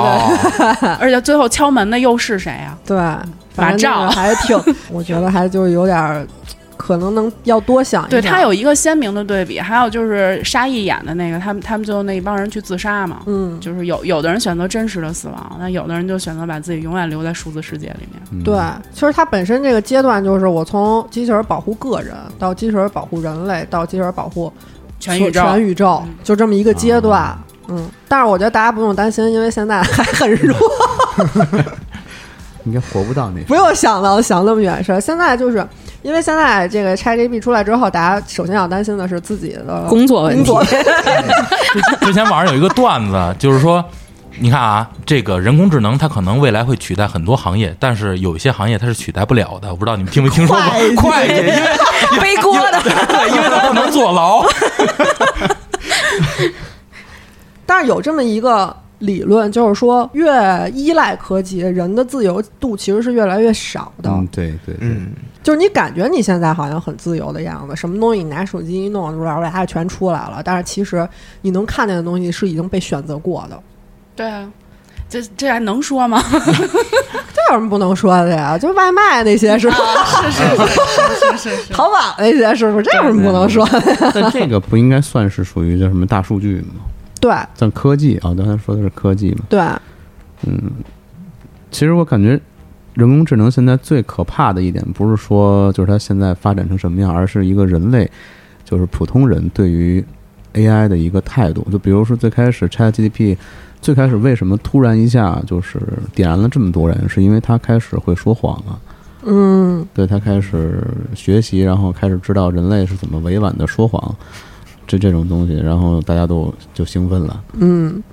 C: 哦，
A: [laughs]
B: 而且最后敲门的又是谁
A: 嗯，
B: 啊？
A: 对，
B: 反正那个
A: 还挺，我觉得还就是有点儿，可能能要多想一
B: 对
A: 点。
B: 他，有一个鲜明的对比，还有就是沙溢演的那个，他们他们最后那一帮人去自杀嘛，
A: 嗯，
B: 就是有有的人选择真实的死亡，那有的人就选择把自己永远留在数字世界里面。
E: 嗯
G: 嗯
A: 对，其实它本身这个阶段就是我从机器人保护个人，到机器人保护人类，到机器人保护
B: 全
A: 所
B: 宇宙
A: 全宇宙
B: 嗯
A: 就这么一个阶段。嗯，但是我觉得大家不用担心，因为现在还很弱，
G: 应该活不到那
A: [laughs] 不用想了想那么远的事儿。现在就是因为现在这个 ChatGPT 出来之后，大家首先要担心的是自己的
F: 工作问
A: 工
F: 题，
A: 作。
C: 之前网上有一个段子， [laughs] 就是说，你看啊，这个人工智能它可能未来会取代很多行业，但是有一些行业它是取代不了的。我不知道你们听没听说
A: [laughs]
C: 过
A: 会计
C: 会计，因为
F: 背锅的。
C: 对，因为它不能
A: [laughs]
C: 坐牢。
A: 但是有这么一个理论，就是说越依赖科技，人的自由度其实是越来越少的。
G: 嗯，对对，对
D: 嗯，
A: 就是你感觉你现在好像很自由的样子，什么东西你拿手机一弄，哇哇哇全出来了。但是其实你能看见的东西是已经被选择过的，
B: 对啊，这这还能说吗？
A: 这有什么不能说的呀？就外卖那些是吧？
B: 是是啊是是是
A: [laughs]
B: 是，
A: 淘宝那些是不是？这有什么不能说的？
G: 但这个不应该算是属于叫什么大数据吗？
A: 对
G: 算科技啊，刚才说的是科技嘛。
A: 对，
G: 其实我感觉人工智能现在最可怕的一点，不是说就是它现在发展成什么样，而是一个人类，就是普通人对于 AI 的一个态度。就比如说最开始 ChatGPT，最开始为什么突然一下就是点燃了这么多人，是因为它开始会说谎了。
A: 嗯，
G: 对他开始学习，然后开始知道人类是怎么委婉的说谎，这这种东西，然后大家都就兴奋了。
B: 嗯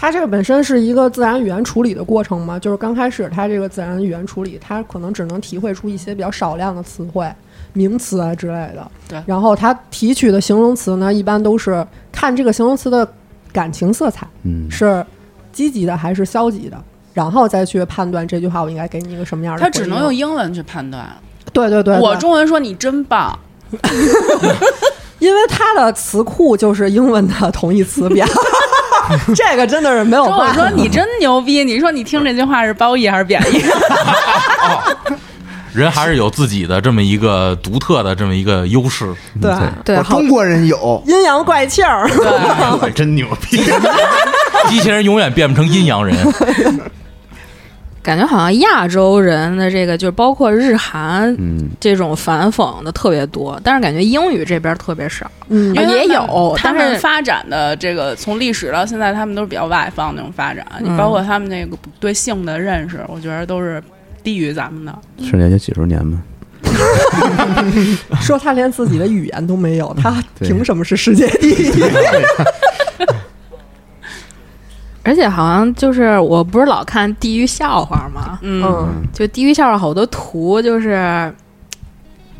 A: 它这个本身是一个自然语言处理的过程嘛，就是刚开始它这个自然语言处理，它可能只能体会出一些比较少量的词汇、名词啊之类的。
B: 对
A: 然后它提取的形容词呢，一般都是看这个形容词的感情色彩。
G: 嗯，
A: 是积极的还是消极的，然后再去判断这句话我应该给你一个什么样的回
B: 他
A: 应。
B: 只能用英文去判断。
A: 对对对，对
B: 我中文说你
A: [laughs]
B: 真棒，
A: 因为它的词库就是英文的同义词
B: [laughs]
A: 表，这个真的是没有
B: 中文
A: 办
B: 说
A: 法。
B: 你真牛逼，你说你听这句话是褒义还是贬义？
C: 哦人还是有自己的这么一个独特的这么一个优势。
A: 对
F: 对，
D: 我
F: 好
D: 中国人有，
A: 阴阳怪气 [laughs] 儿，
G: 我真牛逼！
C: 机器人永远变不成阴
A: [laughs]
C: 阳人，哦
F: 感觉好像亚洲人的这个，就是包括日韩
G: 嗯，
F: 这种反讽的特别多，但是感觉英语这边特别少。
A: 嗯
F: 啊
B: 因为他
F: 也
B: 们
F: 有
B: 他
F: 但
B: 们
F: 是
B: 发展的这个从历史到现在，他们都是比较外放那种发展。啊你、
F: 嗯
B: 包括他们那个对性的认识，我觉得都是低于咱们的。
G: 嗯是也就几十年嘛。
A: 说他连自己的语言都没有，他
G: 对
A: 凭什么是世界第一？
F: 而且好像就是我不是老看地狱笑话吗？
B: 嗯，
A: 嗯
F: 就地狱笑话好多图就是，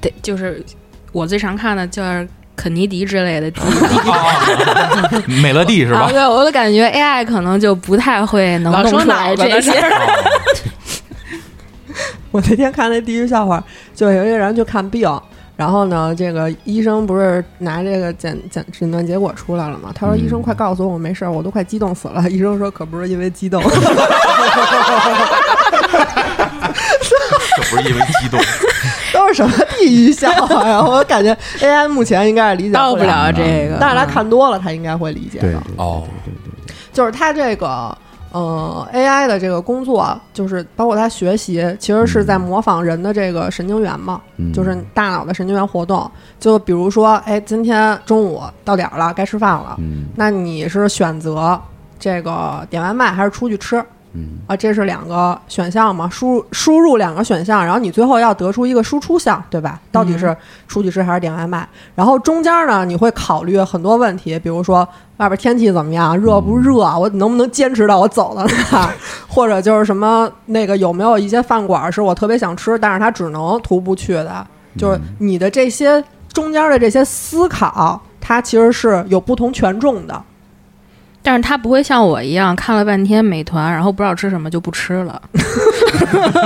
F: 得就是我最常看的就是肯尼迪之类的地狱
C: 哦美乐蒂是
F: 啊，
C: 吧？
F: 对，我就感觉 AI 可能就不太会能
B: 老
F: 弄
B: 说
F: 出
B: 脑
F: 来
B: 子的
F: 这
B: 事
F: 些。
B: 儿，
C: 哦
A: 我那天看那地狱笑话，就有一个人去看病，然后呢，这个医生不是拿这个检检诊断结果出来了吗？他说：“
G: 嗯
A: 医生，快告诉我，我没事儿，我都快激动死了。” [laughs] 医生说：“可不是因为激动，
C: 可不是因为激动，
A: 都是什么地狱笑话呀？”我感觉 AI 目前应该是理解
F: 到不
A: 了，
F: 了这个，
A: 但是他看多了，他应该会理解
G: 对
A: 的。
C: 哦，
A: 就是他这个。嗯，AI 的这个工作就是包括他学习，其实是在模仿人的这个神经元嘛。
G: 嗯
A: 就是大脑的神经元活动。就比如说，哎，今天中午到点儿了，该吃饭了，
G: 嗯
A: 那你是选择这个点外卖还是出去吃
G: 嗯
A: 啊？这是两个选项嘛？输入输入两个选项，然后你最后要得出一个输出项，对吧？到底是出去吃还是点外卖？然后中间呢，你会考虑很多问题，比如说外边天气怎么样，热不热，啊我能不能坚持到我走到那儿， [laughs] 或者就是什么那个有没有一些饭馆是我特别想吃，但是它只能徒步去的，就是你的这些中间的这些思考，它其实是有不同权重的。
F: 但是他不会像我一样看了半天美团，然后不知道吃什么就不吃了。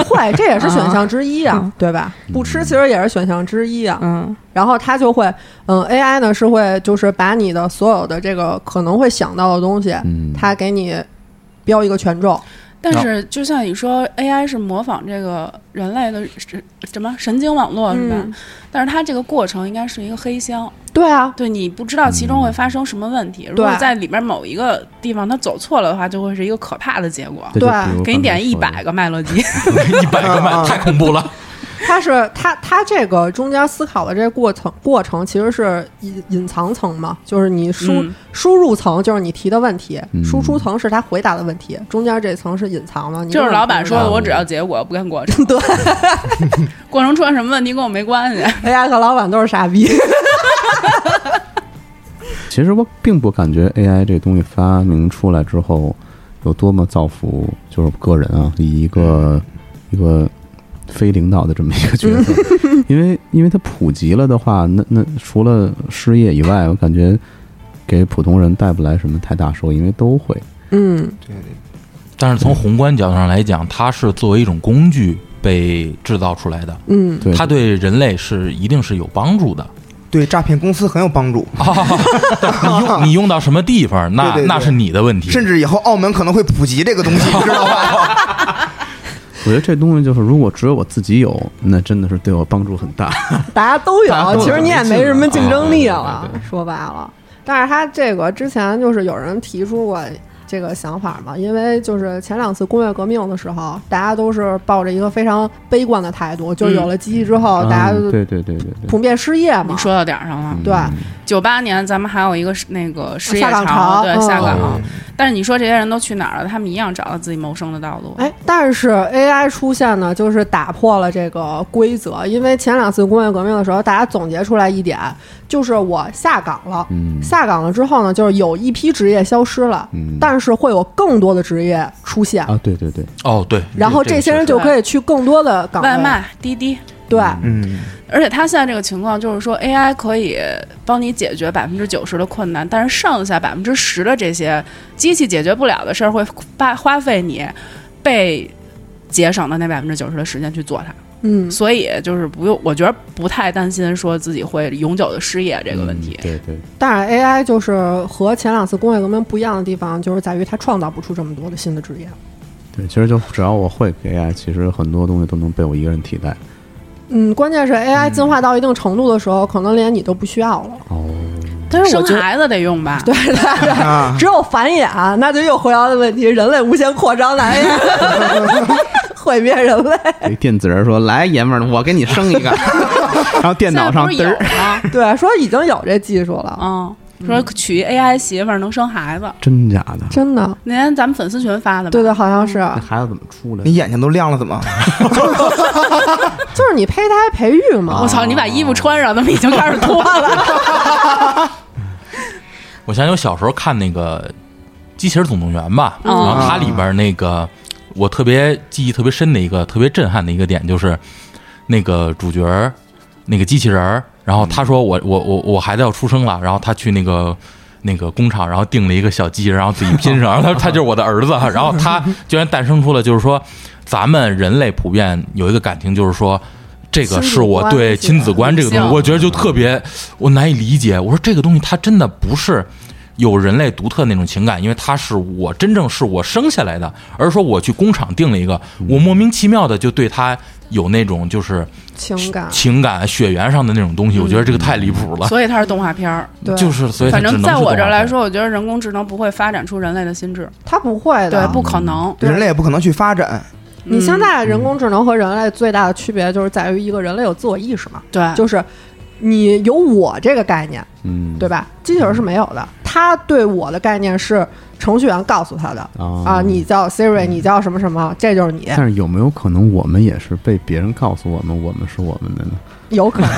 A: 会，这也是选项之一啊
F: 嗯，
A: 对吧？不吃其实也是选项之一啊。
F: 嗯
A: 然后它就会，嗯，AI 呢是会就是把你的所有的这个可能会想到的东西，
G: 嗯，
A: 它给你标一个权重。
B: 但是就像你说，AI 是模仿这个人类的神什么神经网络是吧？
A: 嗯
B: 但是它这个过程应该是一个黑箱，
A: 对啊，
B: 对你不知道其中
F: 嗯
B: 会发生什么问题。如
A: 对
B: 果在里边某一个地方它走错了的话，就会是一个可怕的结果。
G: 对
A: 对
G: 就比如
B: 给
G: 刚
B: 你
G: 才
B: 点一
G: 说的
B: 百个麦乐鸡，
C: [laughs] 一百个麦太恐怖了。
A: 它是它它这个中间思考的这个过程过程其实是隐隐藏层嘛，就是你输、
B: 嗯
A: 输入层就是你提的问题，
G: 嗯
A: 输出层是他回答的问题，中间这层是隐藏的。你
B: 就是
A: 根本
B: 老板
A: 不知
B: 说
A: 道
B: 的，我只要结果，不干过
A: [laughs]
B: 程。
A: 对
B: [laughs] 过程出了什么问题跟我没
A: [laughs]
B: 关系。
A: AI 和老板都是傻逼。 [laughs]
G: 其实我并不感觉 AI 这东西发明出来之后有多么造福，就是个人啊，以一个
B: 嗯
G: 一个非领导的这么一个角色，
B: [laughs]
G: 因为因为它普及了的话，那那除了失业以外，我感觉给普通人带不来什么太大收益，因为都会，
A: 嗯，
C: 但是从宏观角度上来讲，它是作为一种工具被制造出来的，
A: 嗯，
G: 对，
C: 它对人类是一定是有帮助
D: [laughs]
C: 的。
D: 对诈骗公司很有帮助，
C: 你用你用到什么地方，那
D: 对对对
C: 那是你的问题。
D: 甚至以后澳门可能会普及这个东西，你知道吧？
G: 我觉得这东西就是如果只有我自己有，那真的是对我帮助很大。
A: 大家都有啊
G: 大家，都有
A: 其实你也没什么竞争力
G: 啊对
A: 了
G: 对对。
A: 说白了，但是他这个之前就是有人提出过这个想法嘛，因为就是前两次工业革命的时候，大家都是抱着一个非常悲观的态度，就是有了机器之后，大家
G: 嗯
A: 就
G: 对对对对对，
A: 普遍失业
B: 你
A: 嘛。
B: 说到点儿上
E: 嗯
B: 了。
A: 对，
B: 九八年咱们还有一个是那个失业
A: 下岗潮
B: 对
A: 嗯
B: 下岗、
C: 嗯
B: 但是你说这些人都去哪儿了？他们一样找到自己谋生的道路。
A: 哎，但是 AI 出现呢，就是打破了这个规则，因为前两次工业革命的时候，大家总结出来一点，就是我下岗了，
G: 嗯
A: 下岗了之后呢，就是有一批职业消失了，
G: 嗯，
A: 但是会有更多的职业出现，
G: 啊，对对对，
C: 哦，对。
A: 然后
C: 这
A: 这些人
B: 这
A: 就
B: 个确实
A: 可以去更多的岗位。
B: 外卖、滴滴，
A: 对，
D: 嗯，
B: 而且他现在这个情况就是说，AI 可以帮你解决百分之九十的困难，但是剩下百分之十的这些机器解决不了的事儿，会花花费你被节省的那百分之九十的时间去做它。
A: 嗯，
B: 所以就是不用，我觉得不太担心说自己会永久的失业这个问题
G: 嗯。对对，
A: 但是 AI 就是和前两次工业革命不一样的地方，就是在于它创造不出这么多的新的职业。
G: 对，其实就只要我会 AI，其实很多东西都能被我一个人替代。
A: 嗯，关键是 AI 进化到一定程度的时候，可能连你都不需要了。
E: 哦， [laughs]
A: 但是我
B: 生
A: 觉得，
B: 孩子得用吧？
A: 对对 [laughs] 对， [laughs]
D: 啊，
A: 只有繁衍，那就又回到了问题：人类无限扩张，来呀， [laughs] 毁灭人类。
E: 有一电子人说：“来，爷们儿，我给你生一个。”然后电
B: 现在
E: 脑
B: 不
E: 上
B: 是
E: 嘚
B: 有
E: 儿，
B: 吗？
A: 对，说已经有这技术了，
B: 嗯，说娶 AI 媳妇儿能生孩子。
E: 真假的？
A: 真的。
B: 那天咱们粉丝群发的吧？
A: 对对，好像是，
E: 那孩子怎么出来的？
D: 你眼睛都亮了，怎么？
A: 就是你胚胎培育嘛
B: 我。操！你把衣服穿上，他们已经开始脱了。
C: 我想起我小时候看那个《机器人总动员》吧，
B: 嗯
C: 然后它里边那个我特别记忆特别深的一个特别震撼的一个点，就是那个主角儿那个机器人儿，然后他说我我我我孩子要出生了，然后他去那个。那个工厂，然后订了一个小机器人，然后自己拼上，然 [laughs] 后他他就是我的儿子，啊然后他居然诞生出了，就是说，咱们人类普遍有一个感情，就是说，这个是我对亲
A: 亲
C: 子
A: 子
C: 观
B: 观
C: 这个东
B: 理
C: 西，
B: 性
C: 我觉得就特别我难以理解。我说这个东西它真的不是有人类独特那种情感，因为它是我真正是我生下来的，而是说我去工厂订了一个，我莫名其妙的就对它有那种就是
A: 情感，
C: 情感血缘上的那种东西，我觉得这个太离谱了。
B: 所以它是动画片儿。
A: 对，
C: 就是所以它
B: 反
C: 只
B: 正
C: 能是
B: 在我这儿来
C: 动
B: 说，我觉得人工智能不会发展出人类的心智，
A: 它不会
B: 对
A: 的，。
B: 不可能。
A: 对
D: 人类也不可能去发展，
A: 你
B: 嗯
A: 现在人工智能和人类最大的区别就是在于一个人类有自我意识嘛，
B: 对，
A: 就是你有我这个概念，
E: 嗯，
A: 对吧？机器人是没有的，它对我的概念是程序员告诉他的
E: 啊
A: 啊，你叫 Siri，你叫什么什么，这就是你，
E: 但是有没有可能我们也是被别人告诉我们我们是我们的呢？
A: 有可能。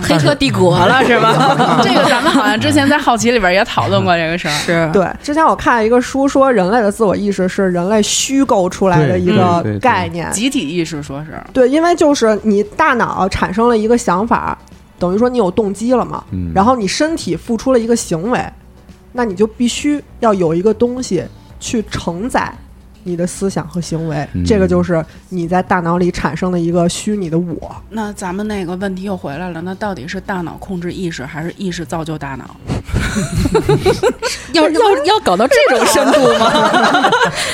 F: [laughs] 黑客帝国了是吧？
B: 这个咱们好像之前在好奇里边也讨论过这个事儿。
F: 是，
A: 对， [laughs] 之前我看一个书说，人类的自我意识是人类虚构出来的
E: 对
A: 一
B: 对
A: 个
E: 嗯对对
A: 概念，
B: 集体意识说是，
A: 对，因为就是你大脑产生了一个想法，等于说你有动机了嘛，
E: 嗯
A: 然后你身体付出了一个行为，那你就必须要有一个东西去承载你的思想和行为，这个
E: 嗯
A: 就是你在大脑里产生的一个虚拟的我。
B: 那咱们那个问题又回来了，那到底是大脑控制意识，还是意识造就大脑？
F: [laughs] 要要要搞到这种深度吗？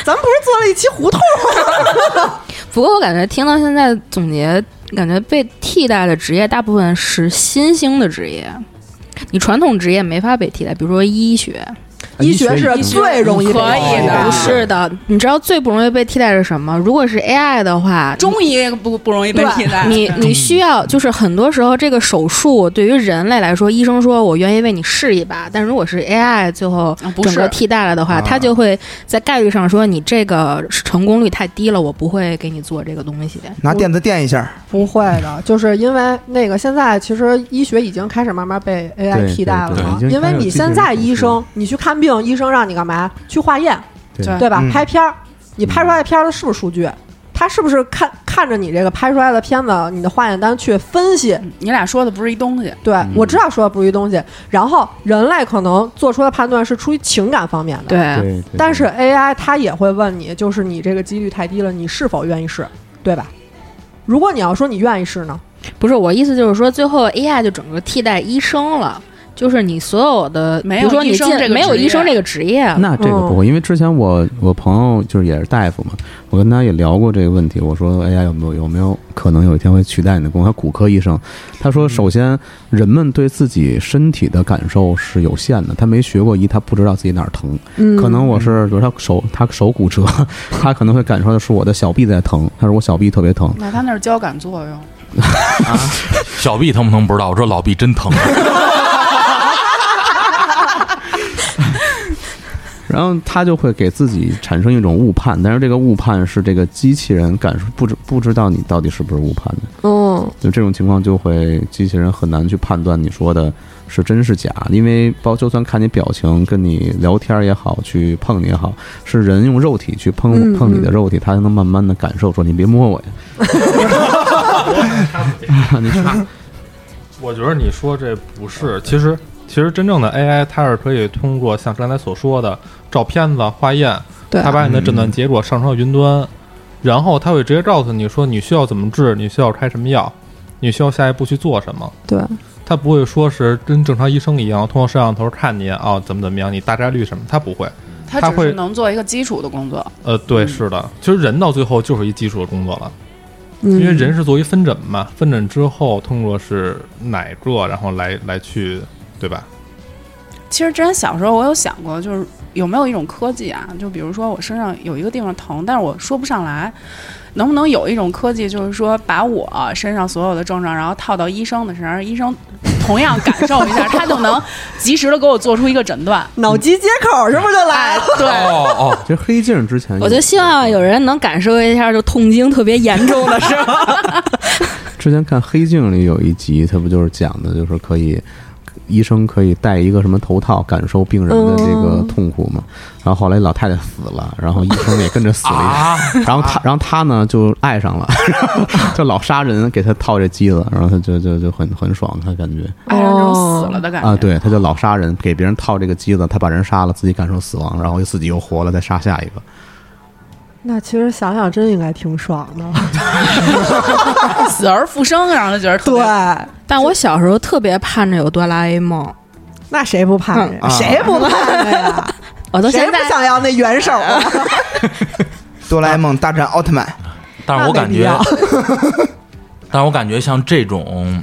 A: 咱们不是做了一期胡同
F: 不过我感觉听到现在总结，感觉被替代的职业大部分是新兴的职业，你传统职业没法被替代，比如说医学。
A: 医学
E: 啊医学
A: 是
E: 已经
A: 最容易被
B: 可以
A: 替代
B: 的
F: 不是的，你知道最不容易被替代是什么？如果是 AI 的话，你
B: 中医不不容易被替代，
F: [laughs] 你
B: 对
F: 你需要就是很多时候这个手术对于人类来说，医生说我愿意为你试一把，但如果是 AI 最后
B: 啊不
F: 整个
B: 是
F: 替代了的话，它就会在概率上说你这个成功率太低了，我不会给你做这个东西。
D: 拿垫子垫一下，
A: 不会的，就是因为那个现在其实医学已经开始慢慢被 AI
E: 对
A: 替代了
E: 对对
A: 嘛
E: 已，经
A: 因为
E: 开始
A: 你现
E: 有机器人
A: 在
E: 手
A: 医
E: 术
A: 生你去看病，医生让你干嘛？去化验。
B: 对
A: 对吧？
D: 嗯
A: 拍片儿，你拍出来的片儿的是不是数据？他是不是看看着你这个拍出来的片子，你的化验单去分析？
D: 嗯
B: 你俩说的不是一东西，啊
A: 对、我知道说的不是一东西。然后人类可能做出的判断是出于情感方面的，
E: 对，
F: 对，
E: 对
A: 但是 AI 它也会问你，就是你这个几率太低了，你是否愿意试，对吧？如果你要说你愿意试呢，
F: 不是我意思就是说，最后 AI 就整个替代医生了。就是你所有的，
B: 没有
F: 比如说你
B: 医生
F: 进
B: 这个
F: 没有
B: 职业
F: 医生这个职业啊了，
E: 那这个不会，因为之前我我朋友就是也是大夫嘛，我跟他也聊过这个问题。我说 AI 有没有有没有可能有一天会取代你的工作？他骨科医生，他说首先人们对自己身体的感受是有限的，他没学过医，他不知道自己哪儿疼。
A: 嗯，
E: 可能我是比如他手他手骨折，他可能会感受的是我的小臂在疼，他说我小臂特别疼。
B: 那它那是交感作用。
C: 画面小臂疼不疼不知道，我说老臂真疼。
E: 然后他就会给自己产生一种误判，但是这个误判是这个机器人感受不知不知道你到底是不是误判的，
A: 嗯，
E: 就这种情况就会机器人很难去判断你说的是真是假，因为包就算看你表情、跟你聊天也好，去碰你也好，是人用肉体去碰
A: 嗯
E: 碰你的肉体，他才能慢慢的感受说你别摸我呀，你看
H: 我觉得你说这不是，其实其实真正的 AI 它是可以通过像刚才所说的照片子、化验，
A: 对
H: 它把你的诊断结果上传到云端，然后它会直接告诉你说你需要怎么治，你需要开什么药，你需要下一步去做什么。
A: 对，
H: 它不会说是跟正常医生一样通过摄像头看你啊、怎么怎么样，你大概率什么，它不会。
B: 它
H: 它
B: 只是
H: 会
B: 能做一个基础的工作，
H: 呃，对，
B: 嗯
H: 是的，其实人到最后就是一基础的工作了。
A: 因
H: 因为人是作为分诊嘛，分诊之后通过是哪个，然后来来去，对吧？
B: 其实之前小时候我有想过，就是有没有一种科技啊？就比如说我身上有一个地方疼，但是我说不上来，能不能有一种科技，就是说把我身上所有的症状，然后套到医生的身上，让医生同样感受一
F: [laughs]
B: 下，他就能及时的给我做出一个诊断。
A: 脑机接口是不是就来
B: 哎
A: 了？，
B: 对，
C: 哦哦，
E: 其实黑镜之前有，
F: 我就希望有人能感受一下，就痛经特别严重的事儿。
E: 之前看《黑镜》里有一集，它不就是讲的，就是可以呃医生可以戴一个什么头套，感受病人的这个
A: 嗯
E: 痛苦嘛。然后后来老太太死了，然后医生也跟着死了一
C: 啊，
E: 然后他，然后他呢就爱上了，然后就老杀人，给他套这机子，然后他就就就很很爽，他感觉
B: 哎呀，那种
A: 哦
B: 死
D: 哦
B: 了的感觉
E: 啊，，对，他就老杀人，给别人套这个机子，他把人杀了，自己感受死亡，然后自己又活了，再杀下一个。
A: 那其实想想真应该挺爽的，
B: 死而复生，让人觉得特
A: 对
B: 别。，
F: [laughs] 但我小时候特别盼着有哆啦 A 梦，
A: 那谁不盼着呀？
D: 嗯啊
A: 谁不盼着呀？
F: 我到
A: 谁
F: 现
A: 不
F: 在
A: 想要那元首啊？
D: 哆啦 A 梦大战奥特曼，
C: 但是我感
A: 那
C: 觉
A: 没，
C: [laughs] 但是我感觉像这种，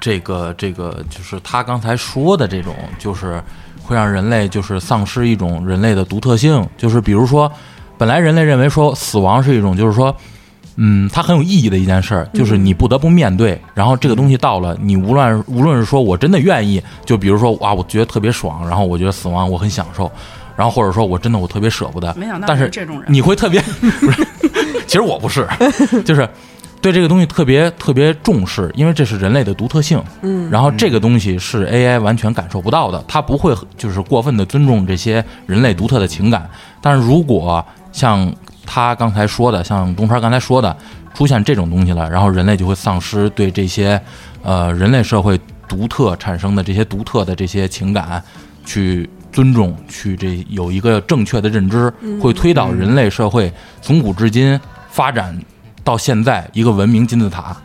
C: 这个这个就是他刚才说的这种，就是会让人类就是丧失一种人类的独特性，就是比如说，本来人类认为说死亡是一种，就是说。嗯，它很有意义的一件事儿，就是
B: 嗯
C: 你不得不面对。然后这个东西到了，你无论无论是说我真的愿意，就比如说哇，我觉得特别爽，然后我觉得死亡我很享受，然后或者说我真的我特别舍不得，
B: 没想到
C: 但是
B: 是这种人，
C: 你会特别， [laughs] 不是，其实我不是，就是对这个东西特别特别重视，因为这是人类的独特性。
A: 嗯，
C: 然后这个东西是 AI 完全感受不到的，它不会就是过分的尊重这些人类独特的情感。但是如果像他刚才说的，像东川刚才说的，出现这种东西了，然后人类就会丧失对这些呃人类社会独特产生的这些独特的这些情感去尊重，去这有一个正确的认知，
B: 嗯
C: 会推导人类社会从古至今发展到现在一个文明金字塔。
A: [laughs]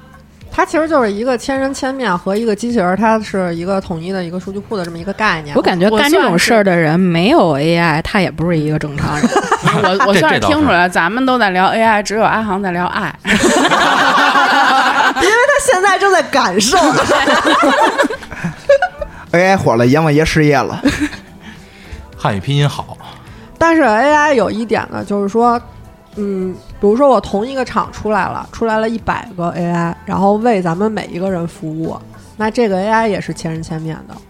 A: 它其实就是一个千人千面和一个机器人，它是一个统一的一个数据库的这么一个概念。
F: 我感觉
B: 我
F: 干这
B: 算
F: 种
B: 是
F: 事儿的人没有 AI，他也不是一个正常 [laughs] 人。
B: 我我
C: [laughs] 这
B: 算是
C: 这倒
B: 听
C: 是
B: 出来，咱们都在聊 AI，只有阿航在聊爱。
A: 他现在正在感受，
D: AI 火了，阎王爷失业了，
C: 汉语拼音好，
A: [laughs] 但是 AI 有一点呢，就是说，嗯，比如说我同一个厂出来了，出来了一百个 AI，然后为咱们每一个人服务，那这个 AI 也是千人千面的。
F: 嗯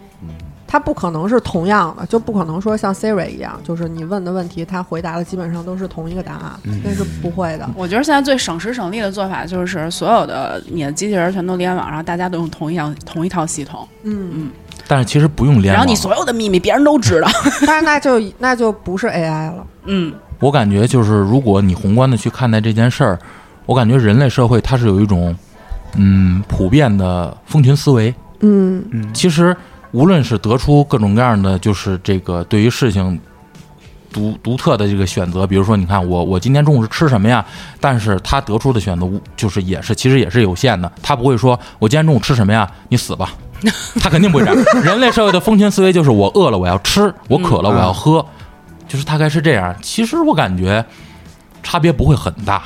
A: 它不可能是同样的，就不可能说像 Siri 一样，就是你问的问题，它回答的基本上都是同一个答案，
F: 嗯
A: 那是不会
F: [laughs]
A: 的。
B: 我觉得现在最省时省力的做法就是，所有的你的机器人儿全都联网，然后大家都用同一样同一套系统，
A: 嗯，
C: 但是其实不用联
B: 然后
C: 网
B: 你。所有的秘密别人都知
C: [laughs]
B: 道。
A: 但是那就那就不是 AI 了。
B: 嗯，
C: 我感觉就是，如果你宏观的去看待这件事儿，我感觉人类社会它是有一种嗯普遍的蜂群思维。
A: 嗯，
C: 其实无论是得出各种各样的，就是这个对于事情独独特的这个选择，比如说，你看我我今天中午是吃什么呀？但是他得出的选择无就是也是其实也是有限的，他不会说我今天中午吃什么呀？你死吧。 [laughs] 他肯定不会这样。人类社会的蜂群思维就是我饿了我要吃，我渴了我要
B: 嗯
C: 喝，就是大概是这样。其实我感觉差别不会很大，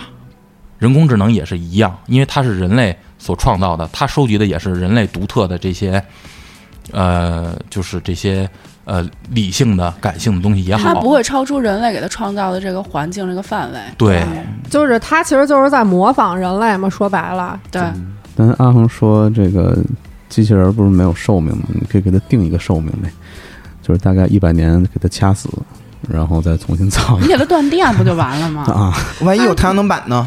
C: 人工智能也是一样，因为它是人类所创造的，它收集的也是人类独特的这些，呃，就是这些呃理性的、感性的东西也
B: 它
C: 好
B: 不，会超出人类给它创造的这个环境这个范围。
C: 对
B: 嗯
A: 就是它其实就是在模仿人类嘛，说白了，
B: 对，
E: 但是阿恒说，这个机器人不是没有寿命吗？你可以给它定一个寿命呗，就是大概一百年给它掐死，然后再重新造一
B: 你
E: 个
B: 给它断电不就完了吗？
E: 啊。
D: 万一有太阳能板呢？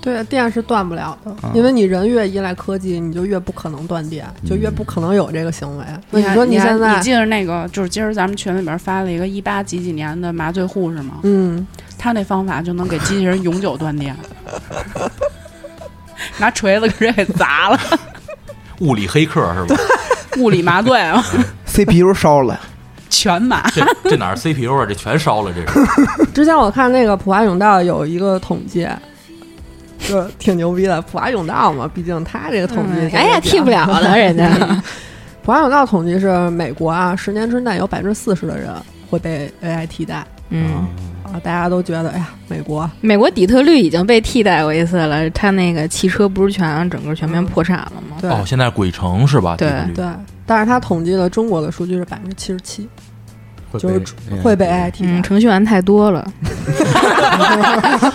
A: 对，电是断不了的，因为你人越依赖科技，你就越不可能断电，就越不可能有这个行为。那你
B: 还
A: 说
B: 你还
A: 现在
B: 你，记得那个就是今儿咱们群里边发了一个一八几几年的麻醉护士吗？
A: 嗯，
B: 他那方法就能给机器人永久断电，拿锤子给人给砸了，
C: 物理黑客 [laughs] 是吧？
B: 物理麻醉啊，
D: CPU 烧了，
B: 全麻。
C: 这这哪是 CPU 啊？这全烧了，这是。
A: 之前我看那个普华永道有一个统计，就挺牛逼的。普华永道嘛，毕竟他这个统计、
F: 哎呀，替不。了了，人家
A: [laughs] 普华永道统计是美国啊，十年之内有百分之四十的人会被 AI 替代。
F: 嗯，
A: 啊了，大家都觉得哎呀，美国
F: 美国底特律已经被替代过一次了，它那个汽车不是全整个全面破产了吗？
A: 对、
C: 哦，现在鬼城是吧？
F: 对
C: 底特律
A: 对，但是他统计了中国的数据是百分之七十七，就是
G: 哎呀
A: 会被 AI 替代。
F: 嗯，程序员太多了，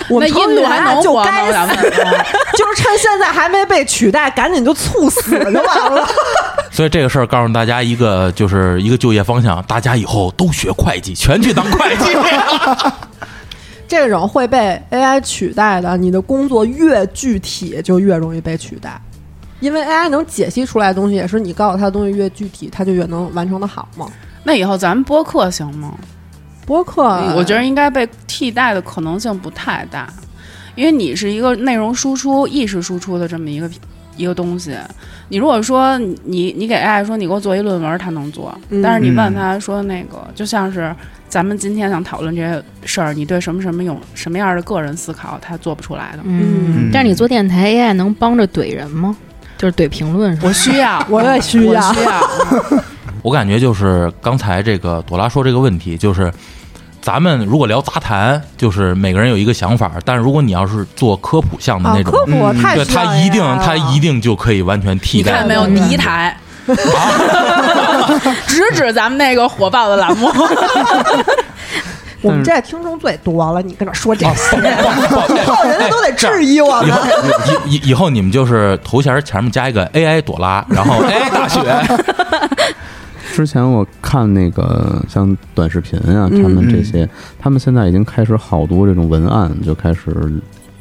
A: 我们
B: 那
A: 程
B: 印
A: 序
B: 度
A: 员
B: 还
A: 啊
B: 能
A: 就
B: 活吗？
A: 该
B: 我想
A: 死，
B: 问。
A: [laughs]
B: 啊
A: 就是趁现在还没被取代，赶紧就猝死就完
B: [laughs]
A: 了。
C: 所以这个事儿告诉大家一个，就是一个就业方向，大家以后都学会计，全去当会计。 [laughs]
A: 这种会被 AI 取代的，你的工作越具体，就越容易被取代。因为 AI 能解析出来的东西，也是你告诉他的东西越具体，他就越能完成的好嘛。
B: 那以后咱们播客行吗？
A: 播客，
B: 嗯
A: 啊
B: 我觉得应该被替代的可能性不太大，因为你是一个内容输出、意识输出的这么一个一个东西。你如果说你你给 AI 说你给我做一论文，它能做，
A: 嗯
B: 但是你问他说那个，就像是咱们今天想讨论这些事儿，你对什么什么有什么样的个人思考，他做不出来的。
A: 嗯
F: 但是你做电台 AI 能帮着怼人吗？就是怼评论是吧？
B: 我需要
A: [laughs] ，我也需
B: 我
A: 要
B: 需要。
C: 我感觉就是刚才这个朵拉说这个问题，就是咱们如果聊杂谈，就是每个人有一个想法，但是如果你要是做科普项的
A: 啊
C: 那，种，
A: 科普
B: 嗯
A: 啊我太
C: 对
A: 需要
C: 他一定
A: AI 了
C: 他一定就可以完全替
B: 你
C: 代
B: 看没有？
A: 对对
B: 第
A: 对
B: 一台， [laughs] 直指咱们那个火爆的栏目。
A: 我们这听众最多了，你跟这说
C: 哦
A: 这些，以 [laughs] 后人家都得
C: 这样
A: 质疑我
C: 以
A: 们
C: 后。以以以后你们就是头衔前面加一个 AI 朵拉，然后 AI 大学，
G: 之前我看那个像短视频啊，
A: 嗯
G: 他们这些，他们现在已经开始好多这种文案就开始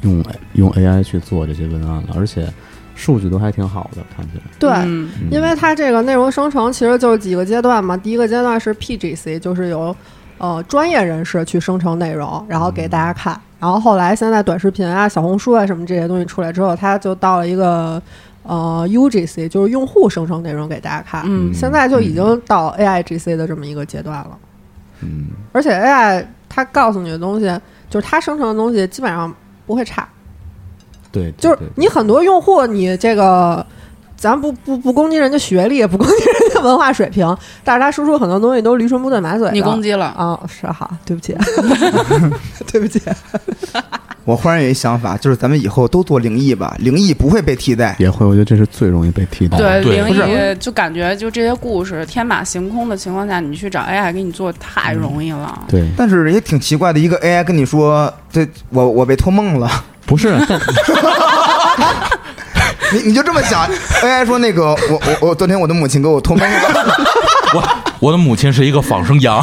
G: 用用 AI 去做这些文案了，而且数据都还挺好的，看起来。
A: 对，
B: 嗯
G: 嗯
A: 因为它这个内容生成其实就是几个阶段嘛。第一个阶段是 PGC，就是由呃专业人士去生成内容，然后给大家看。然后后来现在短视频啊、小红书啊什么这些东西出来之后，它就到了一个呃 UGC，就是用户生成内容给大家看。
B: 嗯，
A: 现在就已经到 AIGC 的这么一个阶段了。
G: 嗯，
A: 而且 AI 它告诉你的东西，就是它生成的东西基本上不会差。
G: 对，
A: 就是
G: 对对
A: 你很多用户，你这个，咱不不不攻击人家学历，不攻击人家文化水平，但是他输出很多东西都驴唇不对马嘴的。
B: 你攻击了。
A: 啊、是哈，对不起， [laughs] 对不起，
D: 我忽然有一想法，就是咱们以后都做灵异吧，灵异不会被替代。
G: 也会，我觉得这是最容易被
B: 哦
G: 替代的。
C: 对
B: 灵
C: 不
B: 异就感觉就这些故事天马行空的情况下，你去找 AI 给你做太容易了。
A: [laughs]
G: 对，
D: 但是也挺奇怪的，一个 AI 跟你说，这我我被托梦了， [laughs]
G: 不是，但
D: 你你就这么想？AI 说那个我我我昨天我的母亲给我托梦了，
C: 我 [laughs] 我的母亲是一个仿生羊，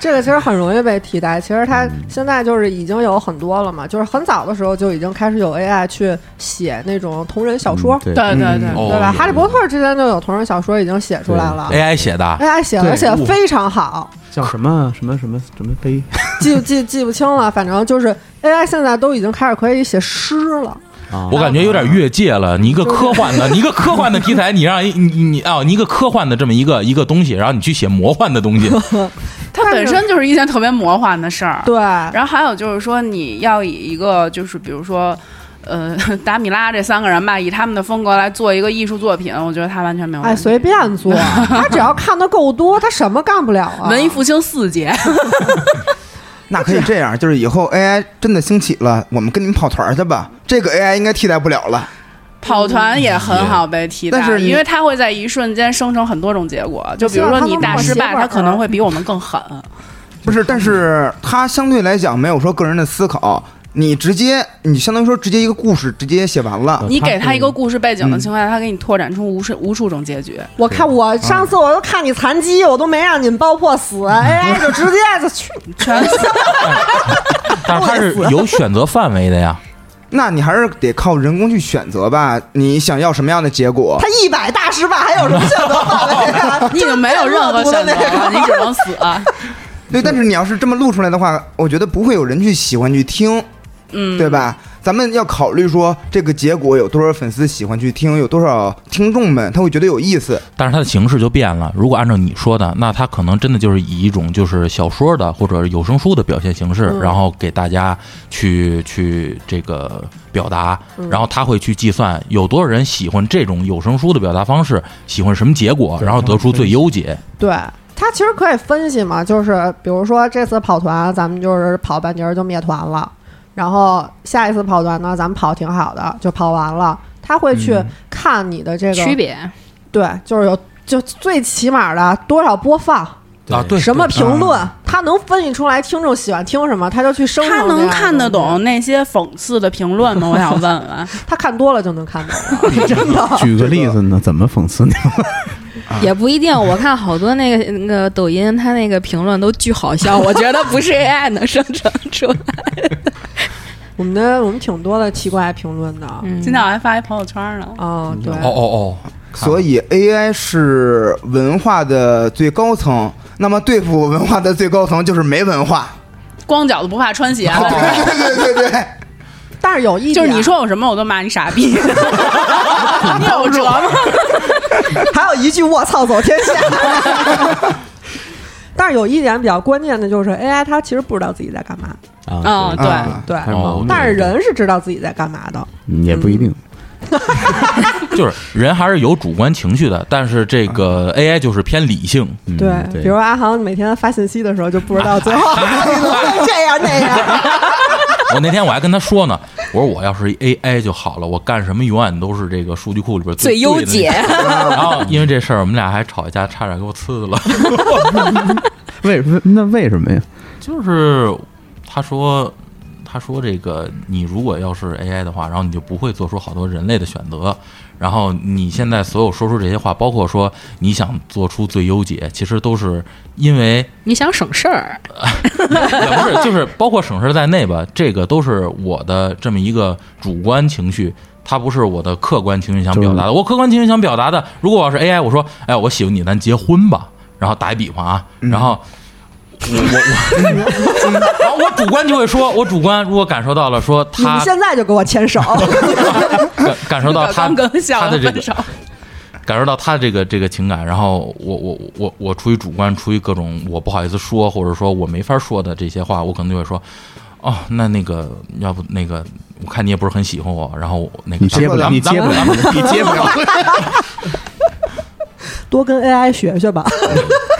A: 这个其实很容易被替代。其实
G: 嗯
A: 它现在就是已经有很多了嘛，就是很早的时候就已经开始有 AI 去写那种同人小说，
G: 对，
B: 对对对，
A: [laughs]
D: 嗯
A: 对吧？
C: 哦
A: 哈利波特之前就有同人小说已经写出来了。
C: ，AI 写的，
A: AI 写的
G: 对哦
A: 而且非常好，
G: 叫什么什么什么什么碑，
A: 记不记记不清了，反正就是 AI 现在都已经开始可以写诗了。
G: 啊
C: 我感觉有点越界了。你一个科幻的，你一个科幻的题材，你让一你你啊，你一个科幻的这么一个一个东西，然后你去写魔幻
A: [laughs]
C: 的东西，
B: 它
A: 但是
B: 本身就是一件特别魔幻的事儿。
A: 对，
B: 然后还有就是说，你要以一个就是比如说。呃， [laughs] 达米拉这三个人吧，以他们的风格来做一个艺术作品，我觉得他完全没有问
A: 哎，
B: 题。
A: 随便做，他只要看的够多，他什么干不了
B: [laughs]
A: 啊？
B: 文艺复兴四杰，
D: 那可以这样，就是以后 AI 真的兴起了，我们跟你们跑团去吧，这个 AI 应该替代不了了。
B: [laughs] 跑团也很好被替代，
D: 但是你
B: 因为它会在一瞬间生成很多种结果。就比如说你大失败，它可能会比我们更狠。
D: 不是，但是它相对来讲没有说个人的思考，你直接你相当于说直接一个故事直接写完
C: 呃
D: 了，
B: 你给它一个故事背景
C: 嗯
B: 的情况下，它给你拓展出无数无数种结 [laughs] 局。
A: 我看我上次我都看你残疾，我都没让你们爆破死，AI 就直接就去你
B: 全
C: 但是它是有选择范围的呀。
D: 那你还是得靠人工去选择吧，你想要什么样的结果？
A: 他一百大失败，还有什么选择范围
B: [laughs]
A: 啊？
B: 你已经没有任何选择了，你只能死。啊 [laughs]
D: 对，但是你要是这么录出来的话，我觉得不会有人去喜欢去听，
B: 嗯，
D: 对？吧？咱们要考虑说这个结果有多少粉丝喜欢去听，有多少听众们他会觉得有意思。
C: 但是它的形式就变了。如果按照你说的，那它可能真的就是以一种就是小说的或者有声书的表现形式，
A: 嗯
C: 然后给大家去去这个表达，
A: 嗯
C: 然后他会去计算有多少人喜欢这种有声书的表达方式，喜欢什么结果，然后得出最优解。
A: 对，它其实可以分析嘛，就是比如说这次跑团，咱们就是跑半截儿就灭团了，然后下一次跑团呢，咱们跑挺好的，就跑完了。他会去
C: 嗯
A: 看你的这个
F: 区，别，
A: 对，就是有就最起码的多少播放，
C: 啊，对，
A: 什么
C: 对
A: 评论
C: 啊，
A: 他能分析出来听众喜欢听什么，他就去生成
B: 他
A: 这样
B: 能
A: 的
B: 看得
A: 东西
B: 懂，那些讽刺的评论吗？我想问啊问。
A: 他看多了就能看懂
E: [laughs]
A: 了，真的。
E: [laughs] 举个例子呢，怎么讽刺你？
F: 也不一定。我看好多那个那个抖音，他那个评论都巨好 [laughs] 笑，我觉得不是 AI 能生成出来。
A: 我们的我们挺多的奇怪评论的，
F: 嗯
B: 今天我还发一朋友圈呢，
A: 哦，对，
C: 哦哦哦，
D: 所以 AI 是文化的最高层，那么对付文化的最高层就是没文化。
B: [laughs] 光脚的不怕穿 [laughs] 鞋
D: 对
B: 了。
D: 对对对，
A: 但是有一点，
B: 就是你说我什么，我都骂你傻 [laughs] 逼。你有辙吗？
A: 还有一句“卧槽走天下”。
B: [laughs]
A: [laughs] 但是有一点比较关键的就是 AI，它其实不知道自己在干嘛，
B: 嗯，对， [laughs]
D: 啊
A: 对。
E: 还有矛盾
A: 但是人是知道自己在干嘛的，
E: 嗯也不一定。
C: 就是人还是有主观情绪的，但是这个 AI 就是偏理性，
E: 嗯
A: 对。
E: 对，
A: 比如阿航每天发信息的时候，就不知
E: [laughs]
A: 道最后这样那样。
C: [laughs] 我那天我还跟他说呢，我说我要是一 AI 就好了，我干什么永远都是这个数据库里边
F: 最优解。
C: 对的那个然后因为这事儿，我们俩还吵一架，差点给我呲
F: [laughs]
C: 了。
E: 为为那为什么呀？
C: 就是他说，他说这个你如果要是 AI 的话，然后你就不会做出好多人类的选择。然后你现在所有说出这些话，包括说你想做出最优解，其实都是因为
F: 你想省事 [laughs] 儿，
A: [laughs]
C: 也不是，就是包括省事在内吧，这个都是我的这么一个主观情绪，它不是我的客观情绪想表达的。我客观情绪想表达的，如果我要是 AI，我说，哎，我喜欢你，咱结婚吧。然后打一比方啊，
A: 嗯
C: 然后我我我， [laughs] 然后我主观就会说，我主观如果感受到了，说
A: 你们
C: 他
A: 现在就给我牵
E: [laughs]
A: 手，
C: 感感受到他
B: 刚跟小
C: 他的
B: 的
C: 这
B: 分
C: 个
B: 手，
C: [laughs] 感受到他这个这个情感，然后我我我我出于主观，出于各种我不好意思说，或者说我没法说的这些话，我可能就会说，哦，那那个要不那个，我看你也不是很喜欢我，然后那个
E: 你接不了，
C: 咱
E: 你
C: 们咱
E: 接
C: 们
E: 不了，你接不了，
A: 多跟 AI 学学吧。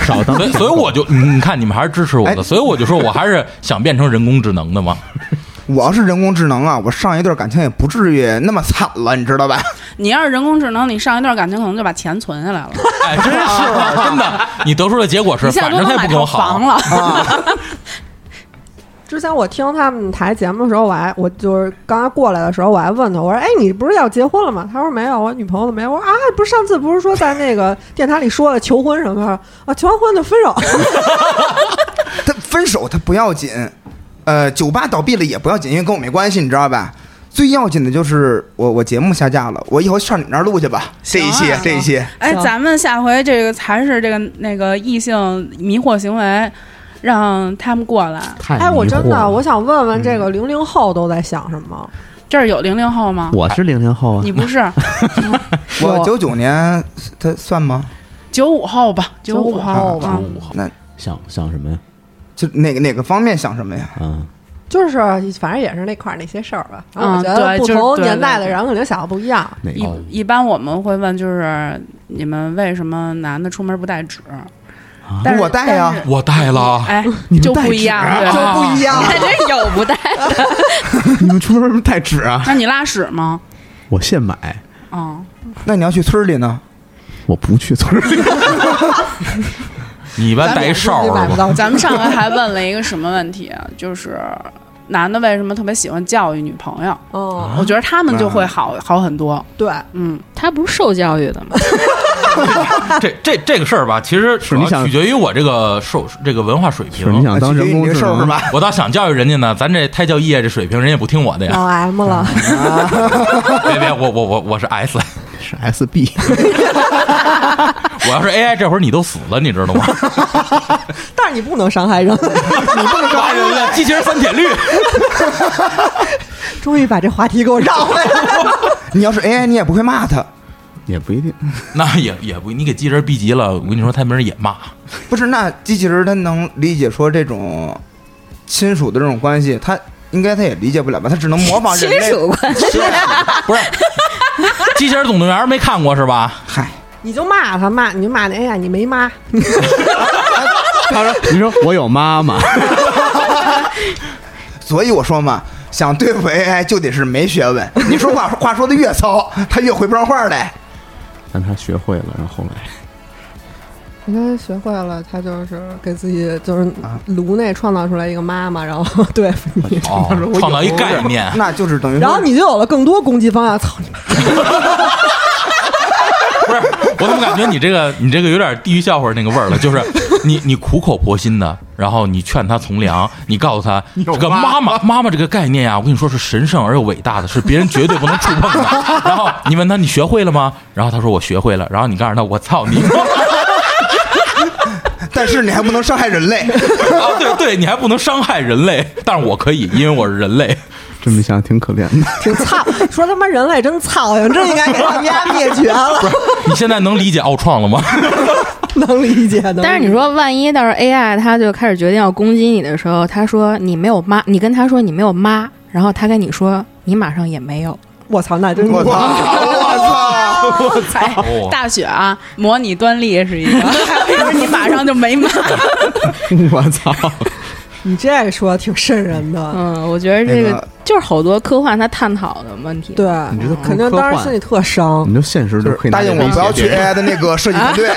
E: 少当
C: [laughs] 所以，所以我就嗯你看你们还是支持我的，
D: 哎
C: 所以我就说我还是想变成人工智能的
E: [laughs]
C: 嘛。
D: [laughs] 我要是人工智能啊，我上一段感情也不至于那么惨了，你知道吧？
B: 你要是人工智能，你上一段感情可能就把钱存下来了，
C: 哎，真是真的，你得出的结果是，
B: 你现在
C: 反
B: 都
C: 正
B: 能
C: 他也
B: 买
C: 不跟
B: 套
C: 我好
B: 房。
C: [laughs]
B: 了。
A: 之前我听他们台节目的时候，我还我就是刚刚过来的时候，我还问他，我说：“哎，你不是要结婚了吗？”他说：“没有，我女朋友都没有。”我说：“啊，不是上次不是说在那个电台里说了求婚什么的啊？求完婚就
C: [laughs]
A: 分手。
C: 哎
D: 他分手他不要紧，呃，酒吧倒闭了也不要紧，因为跟我没关系，你知道吧？最要紧的就是我我节目下架了，我以后上你那儿录去吧。这一期
B: 行啊
D: 这一期，
B: 哎，
A: 行
B: 咱们下回这个还是这个那个异性迷惑行为，让他们过来。
E: 太”迷惑
A: 哎，我真的
E: 了
A: 我想问问这个零零后都在想什么？
B: 这儿有零零后吗？
E: [laughs] 我是零零后啊
B: [laughs] 你，不是
D: 我九九年他算吗？
B: 九五后吧？九五
A: 95后吧
B: 啊，
E: 嗯想想什么呀？
D: 就哪个哪个方面想什么呀？
E: 嗯，
A: 就是反正也是那块儿那些事儿吧。然
B: 嗯
A: 后我觉得
B: 对
A: 不
B: 就是
A: 同
B: 对
A: 年代的
B: 对
A: 人肯定想的不一样。
E: 哪
B: 一
E: 个？哦
B: 一般我们会问，就是你们为什么男的出门不带纸？
A: 啊
B: 但是
D: 我带呀
B: 但是
C: 我带了，
B: 哎，就不一样，对啊吧
A: 啊 [laughs] 就不一样，
F: 看这有不带。
E: [laughs] 你们出门为什么带纸啊？
B: 那你拉屎吗？
E: 我现买，
B: 啊，
D: 那你要去村儿里呢？
E: 我不去村儿里。
C: 你一般带一哨
A: 你
C: 是
A: 买不
C: 吧？
A: 到，
B: 咱们上回还问了一个什么问题啊？就是男的为什么特别喜欢教育女朋友？
A: 嗯，
C: 啊
B: 我觉得他们就会好好很多。
A: 对，
C: 哎
B: 嗯，
F: 他不是受教育的吗？
C: 这这这个事儿吧，其实主
E: 你
C: 要
E: 想
C: 取决于我这个受这个文化水
E: 是
C: 平。
E: 你啊想当人
D: 那取决于你
E: 工智
D: 这事儿
E: 能
D: 是？吧？ [laughs]
C: 我倒想教育人家呢，咱这胎教业这水平，人家不听我的呀。嗯
A: 老 M 了，
C: 别别，我我我我是 S，
E: 是 SB，
C: 我要是 AI，这会儿你都死了，你知道吗？
A: [laughs]
C: [laughs]
A: 但是你不能伤害人。 [laughs]
C: 抓人了，哎机器人三铁律。
A: 终于把这话题给我绕回来了。
D: 你要是 AI，你也不会骂他。
E: [laughs] 也不一定。
C: 那也也不，你给机器人逼急了，我跟你说，他没人也骂。
D: 不是，那机器人它能理解说这种亲属的这种关系，它应该它也理解不了吧？它只能模仿
F: 亲
D: 人类。
F: 属关系，
C: 不是，《机器人总动
E: [laughs]
C: 员》没看过是吧？
D: [laughs] 嗨，
A: 你就骂他骂，你就骂那哎呀，你没妈，
E: 他说：“你说我有妈妈，
D: 所以我说嘛，想对付 AI 就得是没学
F: [laughs]
D: 问。你说话话说的越糙，他越回不上话来。
E: [laughs] 但他学会了。然后后来，
A: 应该学会了，他就是给自己就是颅内创造出来一个妈妈，然后 [laughs] 对付
B: [laughs]
A: 你，
C: 哦，创造一概念，
D: 那就是等于说
A: 然后你就有了更多攻击方向。操你妈！
C: 不是，我怎么感觉你这个你这个有点地狱笑话那个味儿了？就是你你苦口婆心的，然后你劝他从良，你告诉他这个妈妈妈妈这个概念啊，我跟你说是神圣而又伟大的，是别人绝对不能触碰的。然后你问他你学会了吗？然后他说我学会了。然后你告诉他我操你妈！ [laughs]
D: 但是你还不能伤害人
F: [laughs]
D: 类。
C: 啊，对对，你还不能伤害人类，但是我可以，因为我是人类。
E: 这么一想挺可怜的。
A: 挺操， [laughs] 说他妈人类真操性，真应该给他们家灭绝了。
C: 你现在能理解奥创了吗？
A: 能理解，能理解
F: [laughs] 但是你说，万一到时候 AI 它就开始决定要攻击你的时候，他说你没有妈，你跟他说你没有妈，然后他跟你说你马上也没有，
A: 我操，那真是
D: 我操！ [laughs] 我操！
B: 才
C: 哦
B: 大雪啊，模拟端粒是一
A: [laughs]
B: 个，还有一个你马上就没妈。
E: [laughs] 我操！
A: 你这说挺瘆人的。
F: 嗯，我觉得这
D: 那
F: 个
D: 个
F: 就是好多科幻它探讨的问题。
A: 对，
E: 你这都不
A: 肯定
E: 科
A: 当时
E: 幻嗯
A: 心里特伤
E: 你。就现实就可以拿
D: 答应
E: 这
D: 我
E: 个
D: 不要
E: 解
D: 去
E: 决
D: AI 的那个设计团队。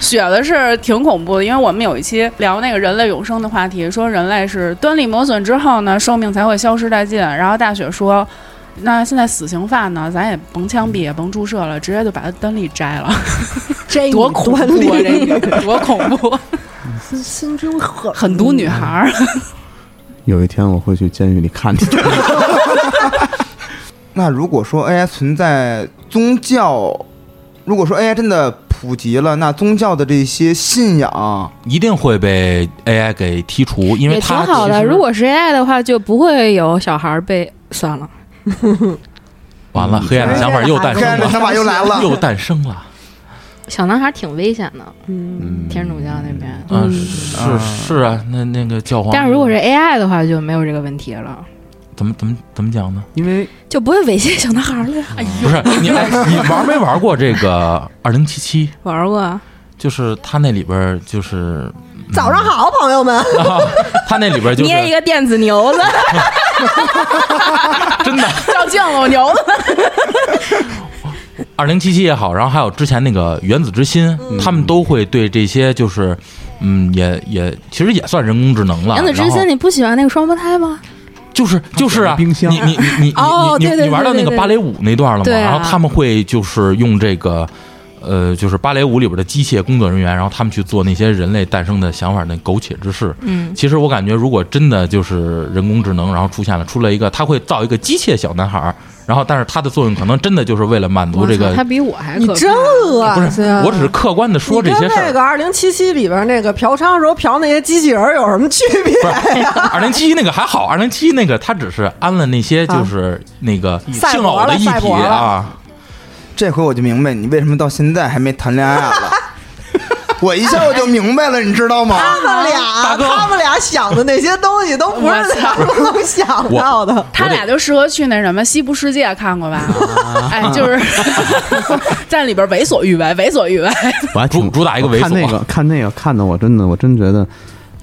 B: 雪的是挺恐怖的，因为我们有一期聊那个人类永生的话题，说人类是端粒磨损之后呢，寿命才会消失殆尽。然后大雪说。那现在死刑犯呢？咱也甭枪毙，也甭注射了，直接就把他端粒摘了，
A: 这
B: 多恐怖、啊！这个多恐怖，
A: 心真狠，
B: 狠毒女孩儿。
E: 有一天我会去监狱
C: [laughs]
E: 里看你。
D: 那如果说 AI 存在宗教，如果说 AI 真的普及了，那宗教的这些信仰，
C: 一定会被 AI 给剔除，因为
F: 也挺
C: 它
F: 好
C: 其
F: 的。
C: 实
F: 如果是 AI 的话，就不会有小孩被算了。
C: 完了，黑暗的想法又诞
D: 黑
C: 生哎
D: 暗的
C: 了，
D: 想法又
C: [laughs]
D: 来了。
C: 又诞生了。
F: 小男孩挺危险的，
A: 嗯，
E: 嗯
F: 天主教那边。
C: 嗯，
A: 嗯
C: 是是啊，那那个教皇，
F: 但是如果是 AI 的话，就没有这个问题了，
C: 怎么怎么怎么讲呢？
E: 因为
F: 就不会猥亵小男孩了呀。
C: 不是你哎，你玩没玩过这个二零七七？
F: [laughs] 玩过啊，
C: 就是他那里边儿就是嗯
A: 早上好，朋友们。
C: [laughs] 他那里边儿就是
F: 捏一个电子牛子，
C: [laughs]
F: [laughs]
C: 真的
F: 照镜子我牛子。
C: 二零七七也好，然后还有之前那个原子之心，他们都会对这些就是嗯，也也其实也算人工智能了。
F: 杨子之
C: 啊然后
F: 心，你不喜欢那个双胞胎吗？
C: 就是就是啊，
E: 冰箱
C: 你你你你
F: 哦
C: 你
F: 对
C: 你
F: 对
C: 你玩到那个
F: 对对对
C: 芭蕾舞那段了吗？
F: 对啊
C: 然后他们会就是用这个。呃，就是芭蕾舞里边的机械工作人员，然后他们去做那些人类诞生的想法那苟且之事。
F: 嗯，
C: 其实我感觉，如果真的就是人工智能，然后出现了，出了一个，他会造一个机械小男孩儿，然后但是它的作用可能真的就是为了满足这
F: 我操
C: 个
F: 他，比我还
A: 你
F: 可怕
A: 真恶心！
F: 啊
A: 啊
C: 我只是客观的说这些
A: 你
C: 事
A: 跟那
C: 儿。
A: 个二零七七里边那个嫖娼时候嫖那些机器人儿有什么区别？
C: 二零七那个还好，二零七那个它只是安了那些
F: 啊
C: 就是那个
A: 赛
C: 性
A: 博
C: 偶的
A: 了
C: 议
A: 赛
C: 题
A: 博了
C: 啊，
D: 这回我就明白你为什么到现在还没谈恋爱了。我一下我就明白了，你知道吗？
A: 他们俩，
C: 大哥
A: 他们俩想的那些东西都不是咱们能想到的。
B: 他俩就适合去那什么西部世界看过吧？哎，就是 [laughs] 在里边为所欲为，为所欲为。
E: 我还挺
C: 主主打一个猥琐啊
E: 我看那个看那个看的我真的我真觉得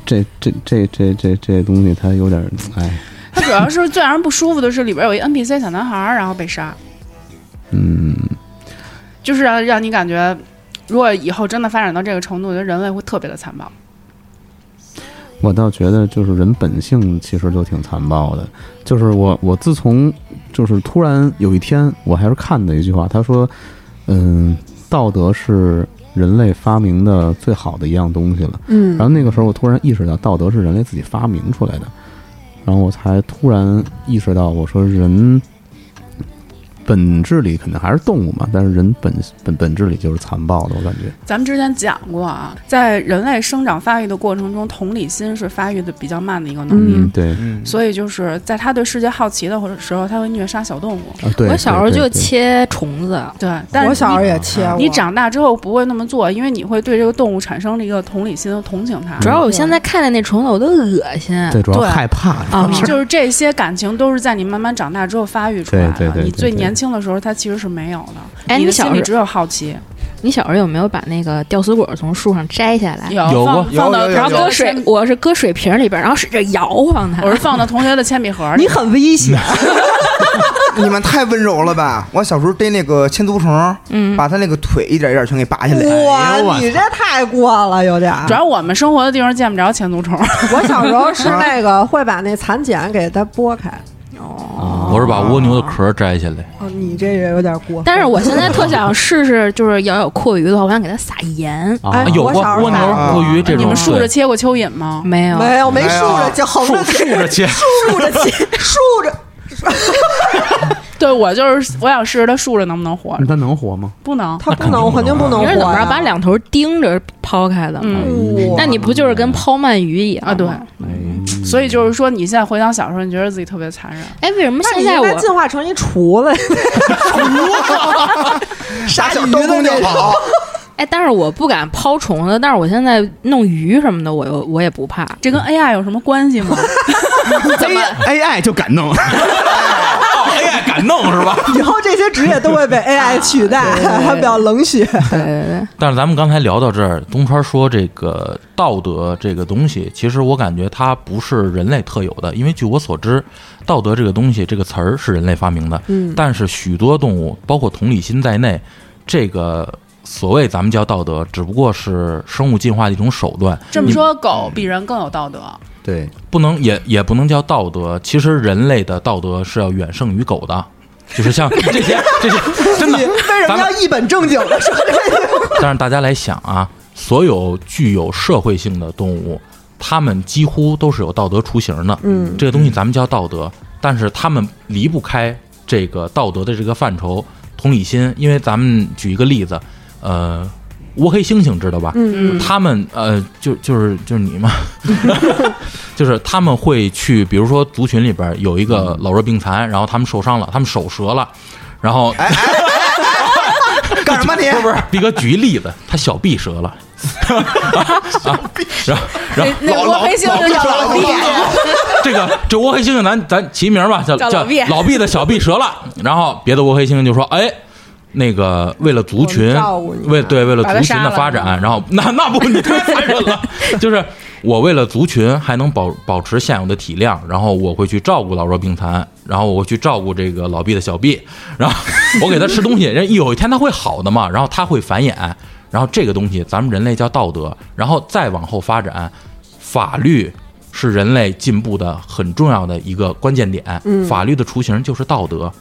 E: 这这这这这这东西它有点哎
B: 他主要是最让人不舒服的是里边有一 NPC 小男孩儿，然后被杀，
E: 嗯，
B: 就是让让你感觉，如果以后真的发展到这个程度，我觉得人类会特别的残暴。
E: 我倒觉得就是人本性其实就挺残暴的。就是我我自从就是突然有一天我还是看的一句话，他说嗯，道德是人类发明的最好的一样东西了。
A: 嗯
E: 然后那个时候我突然意识到，道德是人类自己发明出来的，然后我才突然意识到，我说人本质里肯定还是动物嘛，但是人本本本质里就是残暴的，我感觉。
B: 咱们之前讲过啊，在人类生长发育的过程中，同理心是发育的比较慢的一个能力，
E: 嗯，对，
D: 嗯
B: 所以就是在他对世界好奇的或者时候，他会虐杀小动物。
E: 啊对，
F: 我小时候
E: 对
F: 就
E: 对
F: 切虫子，
B: 对，但是
A: 我小时候
B: 你
A: 也切
F: 啊
A: 过
B: 你长大之后不会那么做，因为你会对这个动物产生了一个同理心和同情它。
F: 主要我现在看见那虫子我都恶心。
E: 对，主要
B: 对
E: 害怕。
C: 嗯
F: 啊，
B: 就是这些感情都是在你慢慢长大之后发育出来的。
E: 对对对对
B: 你最
E: 对
B: 年轻的时候，它其实是没有的。
F: 哎
B: 你
F: 你
B: 的
F: 小
B: 心里
F: 时
B: 只有好奇。
F: 你小时候有没有把那个吊死鬼从树上摘下来？
C: 有
B: 有
C: 过
B: 放放到
D: 有
F: 然后
D: 有
F: 搁水，我是搁水瓶里边，然后是这摇晃它
B: [laughs] 我。是放到同学的铅笔盒里
A: 你。很危险，
D: 你们太温柔了吧！我小时候逮那个千足虫，
F: 嗯，
D: 把它那个腿一点一点全给拔下来。哎呦
A: 哇，
D: 我
A: 你这太过了，有点儿。
B: 主要我们生活的地方见不着千足虫，
A: 我小时候是那个会把那蚕茧给它剥开。
C: 啊我是把蜗牛的壳摘下来，
A: 哦，你这也有点过分。
F: 但是我现在特想试试，就是咬咬阔鱼的话，我想给它撒盐。
A: 哎
C: 啊有过
A: 我小时候
C: 蜗牛、
D: 啊
C: 鳄鱼这种。
B: 你们竖着
C: 对
B: 切过蚯蚓吗？
F: 没有，
A: 没有没竖
D: 没有
A: 着就横着
C: 竖着切，
A: 竖着切，竖着
B: 对，我就是我想试试它竖着能不能活着，
G: 它能活吗？
B: 不能。
A: 它不能，肯定不能
F: 你
A: 活呀。
F: 是怎么着把两头钉着抛开的吗？
B: 嗯，
A: 哇
F: 那你不就是跟抛鳗鱼一样
B: 啊对
F: 吗
C: 哎
B: 所以就是说，你现在回想小时候，你觉得自己特别残忍，
F: 哎，为什么
A: 那
F: 现
A: 你应
F: 在我
A: 该进化成一厨子，
D: 打小刀工就好，
F: 哎，但是我不敢抛虫子，但是我现在弄鱼什么的，我又我也不怕。
B: 这跟 AI 有什么关系 [laughs] 吗？
F: [laughs] 怎么
G: AI 就敢弄，
C: 哎呀，敢弄是吧？ [laughs]
A: [laughs] 以后这些职业都会 [laughs] 被 AI 取代，比较冷血。
F: 对对对，
C: 但是咱们刚才聊到这儿，东川说这个道德这个东西，其实我感觉它不是人类特有的，因为据我所知，道德这个东西这个词儿是人类发明的，
A: 嗯
C: 但是许多动物，包括同理心在内，这个所谓咱们叫道德，只不过是生物进化的一种手段，
B: 这么说，狗比人更有道德。
G: 对，
C: 不能也也不能叫道德。其实人类的道德是要远胜于狗的，就是像这些这些真的
A: 你为什么
C: 咱们
A: 要一本正经的说这个？
C: 但是大家来想啊，所有具有社会性的动物，它们几乎都是有道德雏形的。
A: 嗯，
C: 这个东西咱们叫道德，但是它们离不开这个道德的这个范畴，同理心。因为咱们举一个例子，呃，窝黑猩猩知道吧？
A: 嗯
B: 嗯
C: 他们呃，就就是就是你
A: [laughs]
C: 嘛，就是他们会去，比如说族群里边有一
A: 嗯
C: 个老弱病残，然后他们受伤了，他们手折了，然后
D: 干什
C: [laughs]
D: 么你？
C: 不是，毕哥举一例子，他小臂折了，啊，然后然后
B: 那窝黑猩猩叫老毕，
C: 这个这窝黑猩猩咱咱起名吧，叫
B: 叫老毕
C: 老毕的小臂折了，然后别的窝黑猩猩就说，哎。那个为了族
A: 我
C: 群
A: 们照顾，你
C: 为对为了
B: 把他
C: 族群
B: 杀
C: 的
B: 了
C: 发展，然后那那不你太残忍了，就是我为了族群还能保保持现有的体量，然后我会去照顾老弱病残，然后我会去照顾这个老毕的小毕，然后我给他吃东西，人有一天他会好的嘛，然后他会繁衍，然后这个东西咱们人类叫道德，然后再往后发展，法律是人类进步的很重要的一个关键点，法律的雏形就是道德，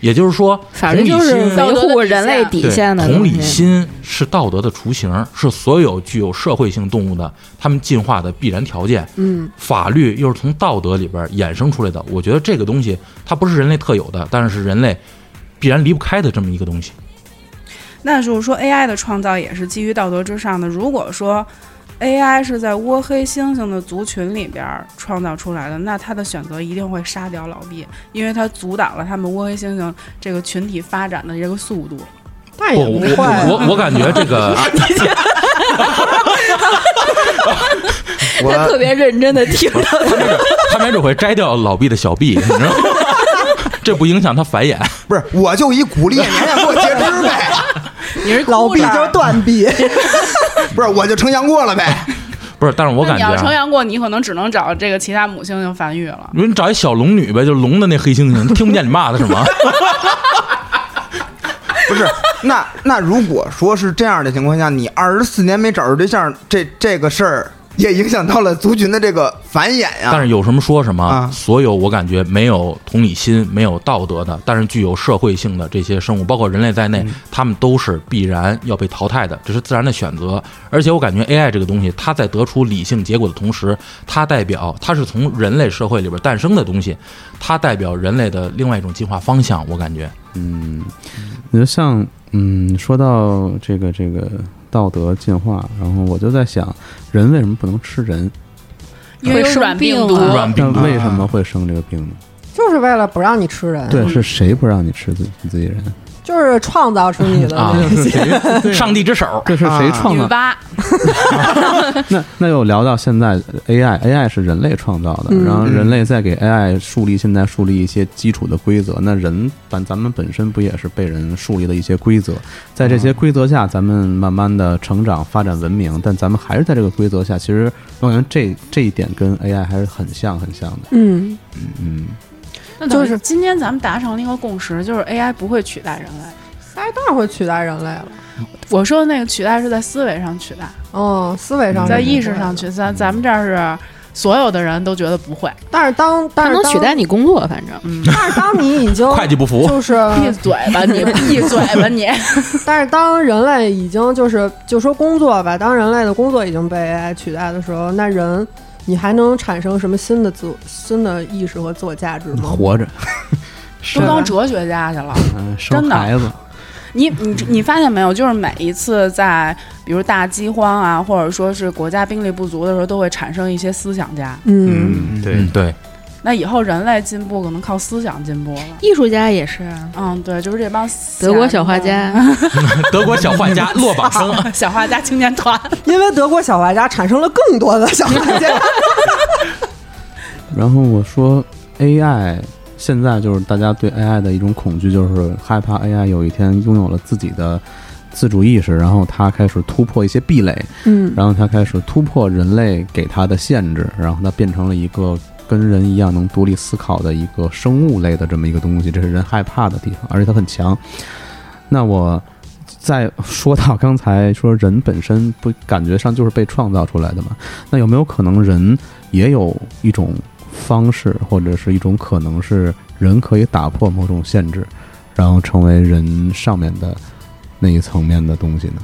C: 也就是说，
F: 法律就是
C: 同理心
F: 维护人类底
C: 对，
F: 线的
C: 同理
F: 东西。
C: 心是道德的雏形，是所有具有社会性动物的它们进化的必然条件。
A: 嗯，
C: 法律又是从道德里边衍生出来的，我觉得这个东西它不是人类特有的，但是人类必然离不开的这么一个东西。
B: 那就是说，AI 的创造也是基于道德之上的。如果说 AI 是在窝黑猩猩的族群里边儿创造出来的，那它的选择一定会杀掉老毕，因为它阻挡了他们窝黑猩猩这个群体发展的这个速度。
A: 但
C: 不
A: 也
C: 我
A: 不
C: 我
A: 会啊。
C: 我我感觉这
A: [laughs]
C: 个
F: 他特
D: 我
F: 别认真的听，
C: 他没准他没准会摘掉老毕的小臂，你知道吗？这不影响他繁衍。
D: 不是，我就一鼓励，你还想给我截肢呗？
B: 你是
A: 老毕就是断 [laughs] 臂，
D: 不是，我就成杨过了呗？
C: 不是，但是我
B: 那
C: 感
B: 你
C: 觉、
B: 要成
C: 啊。
B: 杨过，你可能只能找这个其他母猩猩繁育了。
C: 你说你找一小龙女呗，就龙的那黑猩猩，听不见你骂他什么？
D: 不是，那那如果说是这样的情况下，你二十四年没找着对象，这这个事儿也影响到了族群的这个繁衍呀、
C: 但是有什么说什么，
D: 啊
C: 所有我感觉没有同理心、没有道德的，但是具有社会性的这些生物，包括人类在内，他们都是必然要被淘汰的，这是自然的选择。而且我感觉 AI 这个东西，它在得出理性结果的同时，它代表它是从人类社会里边诞生的东西，它代表人类的另外一种进化方向。我感觉，
G: [laughs] 你就像嗯，说到这个这个道德进化，然后我就在想，人为什么不能吃人？
B: 因为有软病毒
F: 会生病啊
C: 软病毒
G: 那为什
F: 嗯
G: 么会生这个病呢？
A: 就是为了不让你吃人。
G: 对，是谁不让你吃自己自己人？
A: 就是创造出你的
F: [laughs]
C: 啊
A: 那些。
E: 是谁？
G: [laughs]
E: 对
C: 上帝之手，
E: 这是谁
D: 啊
E: 创
B: 女
E: 造？
B: 娲
E: [laughs] 那那又聊到现在 AI，AI 是人类创造的，
A: 嗯
E: 然后人类再给 AI 树立现在树立一些基础的规则。那人咱咱们本身不也是被人树立的一些规则，在这些规则下，咱们慢慢的成长发展文明，但咱们还是在这个规则下。其实我感觉这这一点跟 AI 还是很像很像的。
A: 嗯，
E: 嗯，
B: 那等于
A: 就是
B: 今天咱们达成了一个共识，就是 AI 不会取代人类。
A: 哎，当然会取代人类了。
B: 我说的那个取代是在思维上取代，
A: 嗯，思维上
B: 在
A: 是
B: 意
A: 不
B: 识
A: 会的，
B: 上取代。咱咱们这儿是所有的人都觉得不会，
A: 但是当但
F: 它
A: 是
F: 能
A: 当
F: 取代，你工作，反正
B: 嗯，
A: 但是当你已经
C: 会计不服，
A: 就是
F: 嗯
B: 闭嘴吧你，闭嘴吧
F: [laughs]
B: 你。
A: 但是当人类已经就是就说工作吧，当人类的工作已经被 AI 取代的时候，那人你还能产生什么新的自我新的意识和自我价值吗？
E: 活着，
B: 都
A: 吧
B: 当哲学家去了。
E: 嗯，生
B: 真的
E: 孩子，
B: 你你你发现没有？就是每一次在比如大饥荒啊，或者说是国家兵力不足的时候，都会产生一些思想家。
A: 嗯，
C: 嗯，对，
B: 那以后人类进步可能靠思想进步了。
F: 艺术家也是
B: 嗯，对，就是这帮思
F: 德国
B: 想
F: 小画家，
C: [laughs] 德国小画家落榜生，
B: 小画家 [laughs] 青年团。
A: 因为德国小画家产生了更多的小画家。
E: 然后我说 AI 现在就是大家对 AI 的一种恐惧，就是害怕 AI 有一天拥有了自己的自主意识，然后它开始突破一些壁垒，
A: 嗯
E: 然后它开始突破人类给它的限制，然后它变成了一个跟人一样能独立思考的一个生物类的这么一个东西，这是人害怕的地方，而且它很强。那我。再说到刚才说人本身不感觉上就是被创造出来的嘛，那有没有可能人也有一种方式，或者是一种可能是人可以打破某种限制，然后成为人上面的那一层面的东西呢？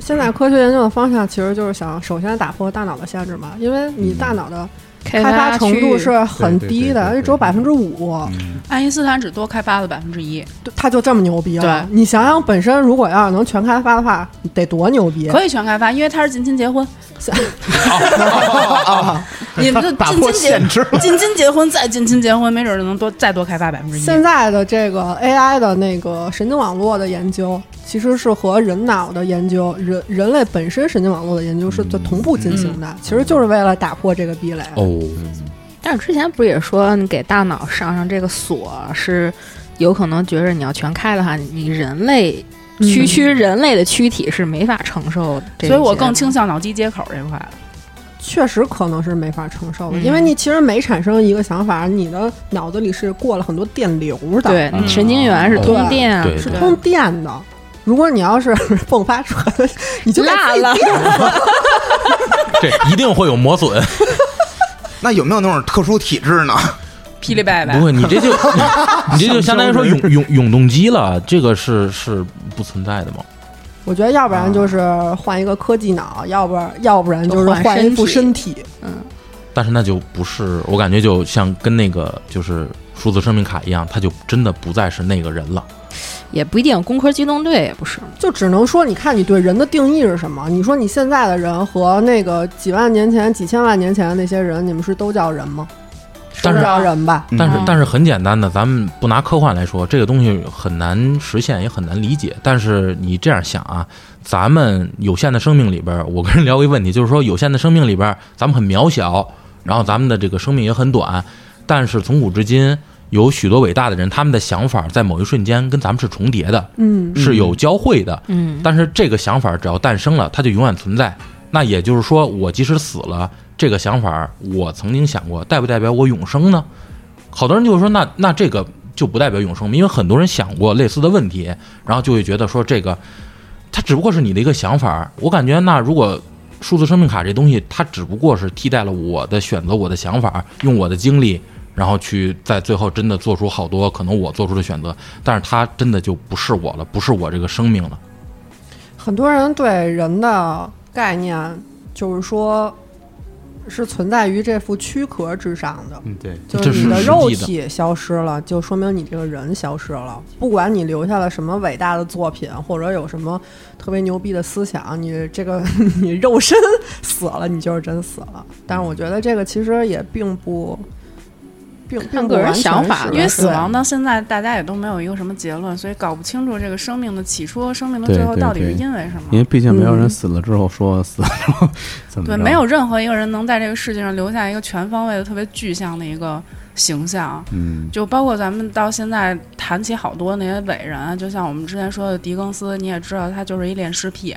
A: 现在科学研究的方向其实就是想首先打破大脑的限制嘛，因为你大脑的
F: 开
A: 开发程度
F: 区
A: 是很低
E: 对对对对
A: 的，
E: 对
A: 也只有百分之五。
B: 爱因斯坦只多开发了百分之一，
A: 对他就这么牛逼了。你想想，本身如果要是能全开发的话，得多牛逼！啊
B: 可以全开发，因为他是近亲结婚。 [laughs] 你们就
D: 打
B: 近
D: 破
B: 亲结
D: 限制，
B: [laughs] 近亲结婚再近亲结婚，没准就能多再多开发百分之一。
A: 现在的这个 AI 的那个神经网络的研究，其实是和人脑的研究、人人类本身神经网络的研究是就同步进行的，其实就是为了打破这个壁垒。
C: [laughs] 哦，
F: 但是之前不是也说你给大脑上上这个锁是有可能觉着你要全开的话，你人类
A: 嗯
F: 区区人类的躯体是没法承受这些
B: 所
F: 的。
B: 以我更倾向脑机接口这块。啊
A: 确实可能是没法承受的，
B: 嗯
A: 因为你其实每产生一个想法，你的脑子里是过了很多电流的，，
F: 对
B: 嗯
F: 神经元是通电啊，
C: 哦对
A: 是
C: 对，
A: 通电的。如果你要是 [laughs] 迸发出来，你就给
F: 辣
A: 自己
F: 了
C: 这一定会有磨损。
D: 那有没有那种特殊体质呢？ [laughs]
B: 霹雳贝贝
C: 不，会，你这就你这就相当于说永永永动机了，这个是是不存在的嘛？
A: 我觉得要不然就是换一个科技脑，要不然要不然就是换一副身体。
C: 但是那就不是，我感觉就像跟那个就是数字生命卡一样，它就真的不再是那个人了。
F: 也不一定。工科机动队也不是，
A: 就只能说，你看你对人的定义是什么？你说你现在的人和那个几万年前、几千万年前的那些人，你们是都叫人吗？
B: 是
C: 但
A: 不
C: 是
A: 叫人吧？
C: 但是
B: 嗯
C: 但是很简单的，咱们不拿科幻来说，这个东西很难实现，也很难理解。但是你这样想啊，咱们有限的生命里边儿，我跟人聊过一个问题，就是说有限的生命里边儿，咱们很渺小，然后咱们的这个生命也很短，但是从古至今。有许多伟大的人，他们的想法在某一瞬间跟咱们是重叠的，
A: 嗯，
C: 是有交汇的。
F: 嗯，
C: 但是这个想法只要诞生了，它就永远存在。那也就是说，我即使死了，这个想法我曾经想过，代不代表我永生呢？好多人就会说，那那这个就不代表永生，因为很多人想过类似的问题，然后就会觉得说这个，它只不过是你的一个想法。我感觉，那如果数字生命卡这东西，它只不过是替代了我的选择、我的想法，用我的经历，然后去在最后真的做出好多可能我做出的选择，但是它真的就不是我了，不是我这个生命了。
A: 很多人对人的概念就是说，是存在于这副躯壳之上的。
E: 嗯，对，
A: 就
C: 这
A: 是你
C: 是
A: 的
C: 实
A: 肉
C: 际的
A: 体消失了，就说明你这个人消失了。不管你留下了什么伟大的作品，或者有什么特别牛逼的思想，你这个 [laughs] 你肉身死了，你就是真死了。但是我觉得这个其实也并不并并
F: 看
A: 不
F: 个人
A: 完全
F: 想法
A: 是
F: 了
B: 因为死
A: 对
B: 亡到现在，大家也都没有一个什么结论，所以搞不清楚这个生命的起初、生命的
G: 对
B: 最后
G: 对
B: 到底是
G: 对
B: 因为什么。
G: 因为毕竟没有人
A: 嗯
G: 死了之后说死了之
B: [laughs]
G: 后怎么
B: 对，
G: 着，
B: 没有任何一个人能在这个世界上留下一个全方位的、特别具象的一个形象。
G: 嗯，
B: 就包括咱们到现在谈起好多那些伟人啊，就像我们之前说的狄更斯，你也知道他就是一恋尸癖，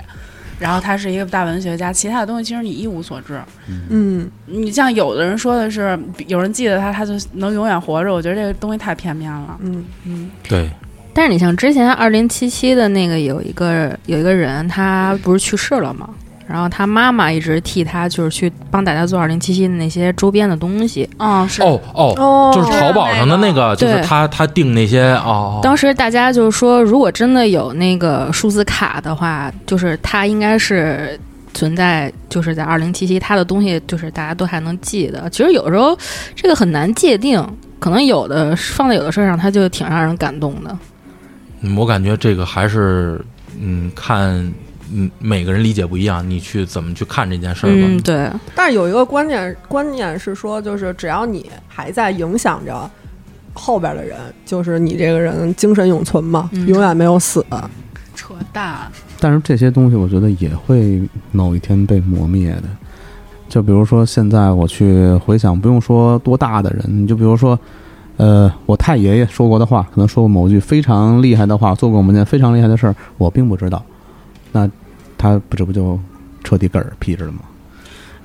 B: 然后他是一个大文学家，其他的东西其实你一无所知。
A: 嗯，
B: 你像有的人说的是，有人记得他，他就能永远活着，我觉得这个东西太片面了。
A: 嗯
B: 嗯，
C: 对，
F: 但是你像之前二零七七的那个有一个有一个人，他不是去世了吗？然后他妈妈一直替他，就是去帮大家做二零七七的那些周边的东西。
B: 嗯，是，
C: 哦哦，
A: 哦，
C: 就是淘宝上的那个，就是
F: 对
C: 他他订那些哦，
F: 当时大家就是说，如果真的有那个数字卡的话，就是它应该是存在，就是在二零七七，它的东西就是大家都还能记得。其实有时候这个很难界定，可能有的放在有的事儿上，它就挺让人感动的。
C: 嗯我感觉这个还是嗯看。嗯，每个人理解不一样，你去怎么去看这件事儿吧。
F: 嗯，对，
A: 但是有一个观点，观念是说，就是只要你还在影响着后边的人，就是你这个人精神永存嘛，
F: 嗯
A: 永远没有死。
B: 扯淡。
G: 但是这些东西我觉得也会某一天被磨灭的。就比如说现在我去回想，不用说多大的人，你就比如说，呃，我太爷爷说过的话，可能说过某句非常厉害的话，做过某件非常厉害的事儿，我并不知道，那他不这不就彻底嗝儿屁着了吗？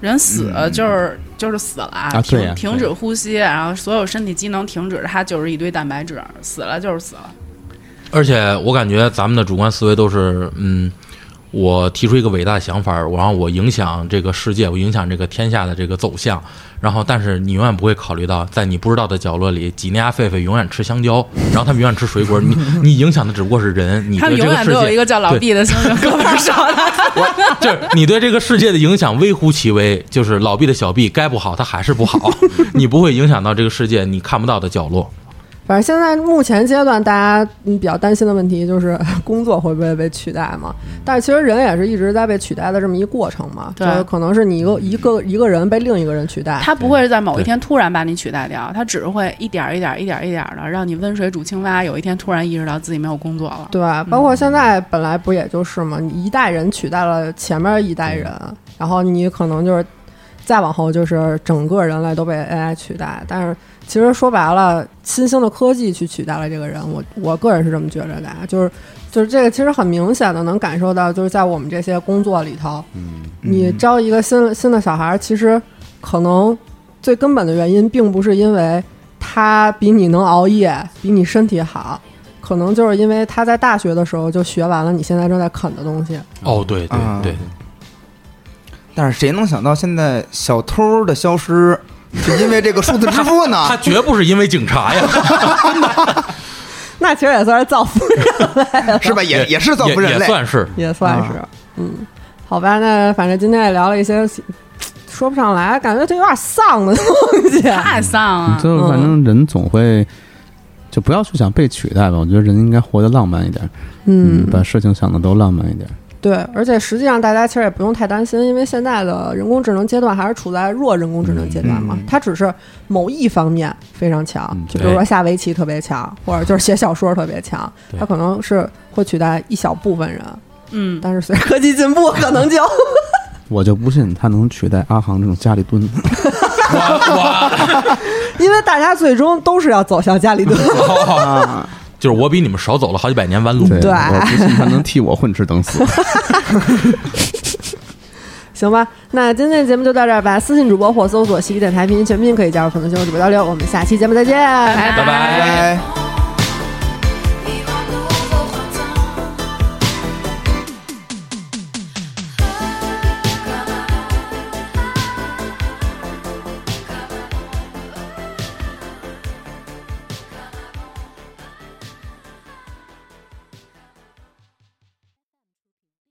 B: 人死
D: 嗯
B: 就是、就是死了，
G: 啊
B: 停
G: 对呀
B: 停止呼吸，然后所有身体机能停止，它就是一堆蛋白质，死了就是死了。
C: 而且我感觉咱们的主观思维都是，嗯，我提出一个伟大想法，然后我影响这个世界，我影响这个天下的这个走向。然后，但是你永远不会考虑到，在你不知道的角落里，几内亚狒狒永远吃香蕉，然后他们永远吃水果。你你影响的只不过是人，你
B: 他
C: 对
B: 们
C: 这
B: 永
C: 个
B: 远
C: 世
B: 都有一
C: 界，
B: 个叫老
C: 对
B: 毕的猩猩 [laughs] 胳膊上的。
C: 就是你对这个世界的影响微乎其微。就是老毕的小毕该不好，他还是
B: [laughs]
C: 不好，你不会影响到这个世界你看不到的角落。
A: 反正现在目前阶段，大家嗯比较担心的问题就是 [laughs] 工作会不会被取代嘛？但是其实人也是一直在被取代的这么一过程嘛，
B: 对
A: 就是可能是你一个一个一个人被另一个人取代。
B: 他不会在某一天突然把你取代掉，他只是会一点儿一点儿一点儿一点的让你温水煮青蛙，有一天突然意识到自己没有工作了。
A: 对，包括现在本来不也就是嘛，你一代人取代了前面一代人，然后你可能就是再往后就是整个人类都被 AI 取代。但是其实说白了，新兴的科技去取代了这个人，我我个人是这么觉着的啊，就是就是这个其实很明显的能感受到，就是在我们这些工作里头，你招一个新新的小孩儿，其实可能最根本的原因并不是因为他比你能熬夜，比你身体好，可能就是因为他在大学的时候就学完了你现在正在啃的东西。
C: 哦，对对
D: 啊
C: 对，
D: 但是谁能想到现在小偷的消失是因为这个数字支付
C: [laughs]
D: 呢
B: 啊
C: 他？绝不是因为警察呀。
A: 那其实也算是造福人，
D: 是吧？也也是造福
C: 也
D: 人
C: 也
D: 类。
C: 算是
A: 也算
D: 啊
A: 是，嗯，好吧，那反正今天也聊了一些。说不上来，感觉这有点丧的东西。啊
B: 太丧
A: 嗯
B: 了，
G: 就是反
B: 嗯
G: 正人总会，就不要去想被取代吧。我觉得人应该活得浪漫一点，
A: 嗯，
G: 把事情想的都浪漫一点。
A: 对，而且实际上大家其实也不用太担心，因为现在的人工智能阶段还是处在弱人工智能阶段嘛，
D: 嗯
A: 它只是某一方面非常强，
G: 嗯
A: 就比如说下围棋特别强，或者就是写小说特别强，
C: 对
A: 它可能是会取代一小部分人，
B: 嗯，
A: 但是随着科技进步，可能就 [laughs]
G: 我就不信他能取代阿航这种家里蹲。
A: 因为大家最终都是要走向家里蹲。
C: 就是我比你们少走了好几百年弯路。
A: 对
G: 我不信他能替我混吃等死。
A: 行吧，那今天的节目就到这儿吧。私信主播或搜索“西域电台”拼音全拼可以加入粉丝群和主播交流。我们下期节目再见，拜拜
D: 拜拜。
I: 「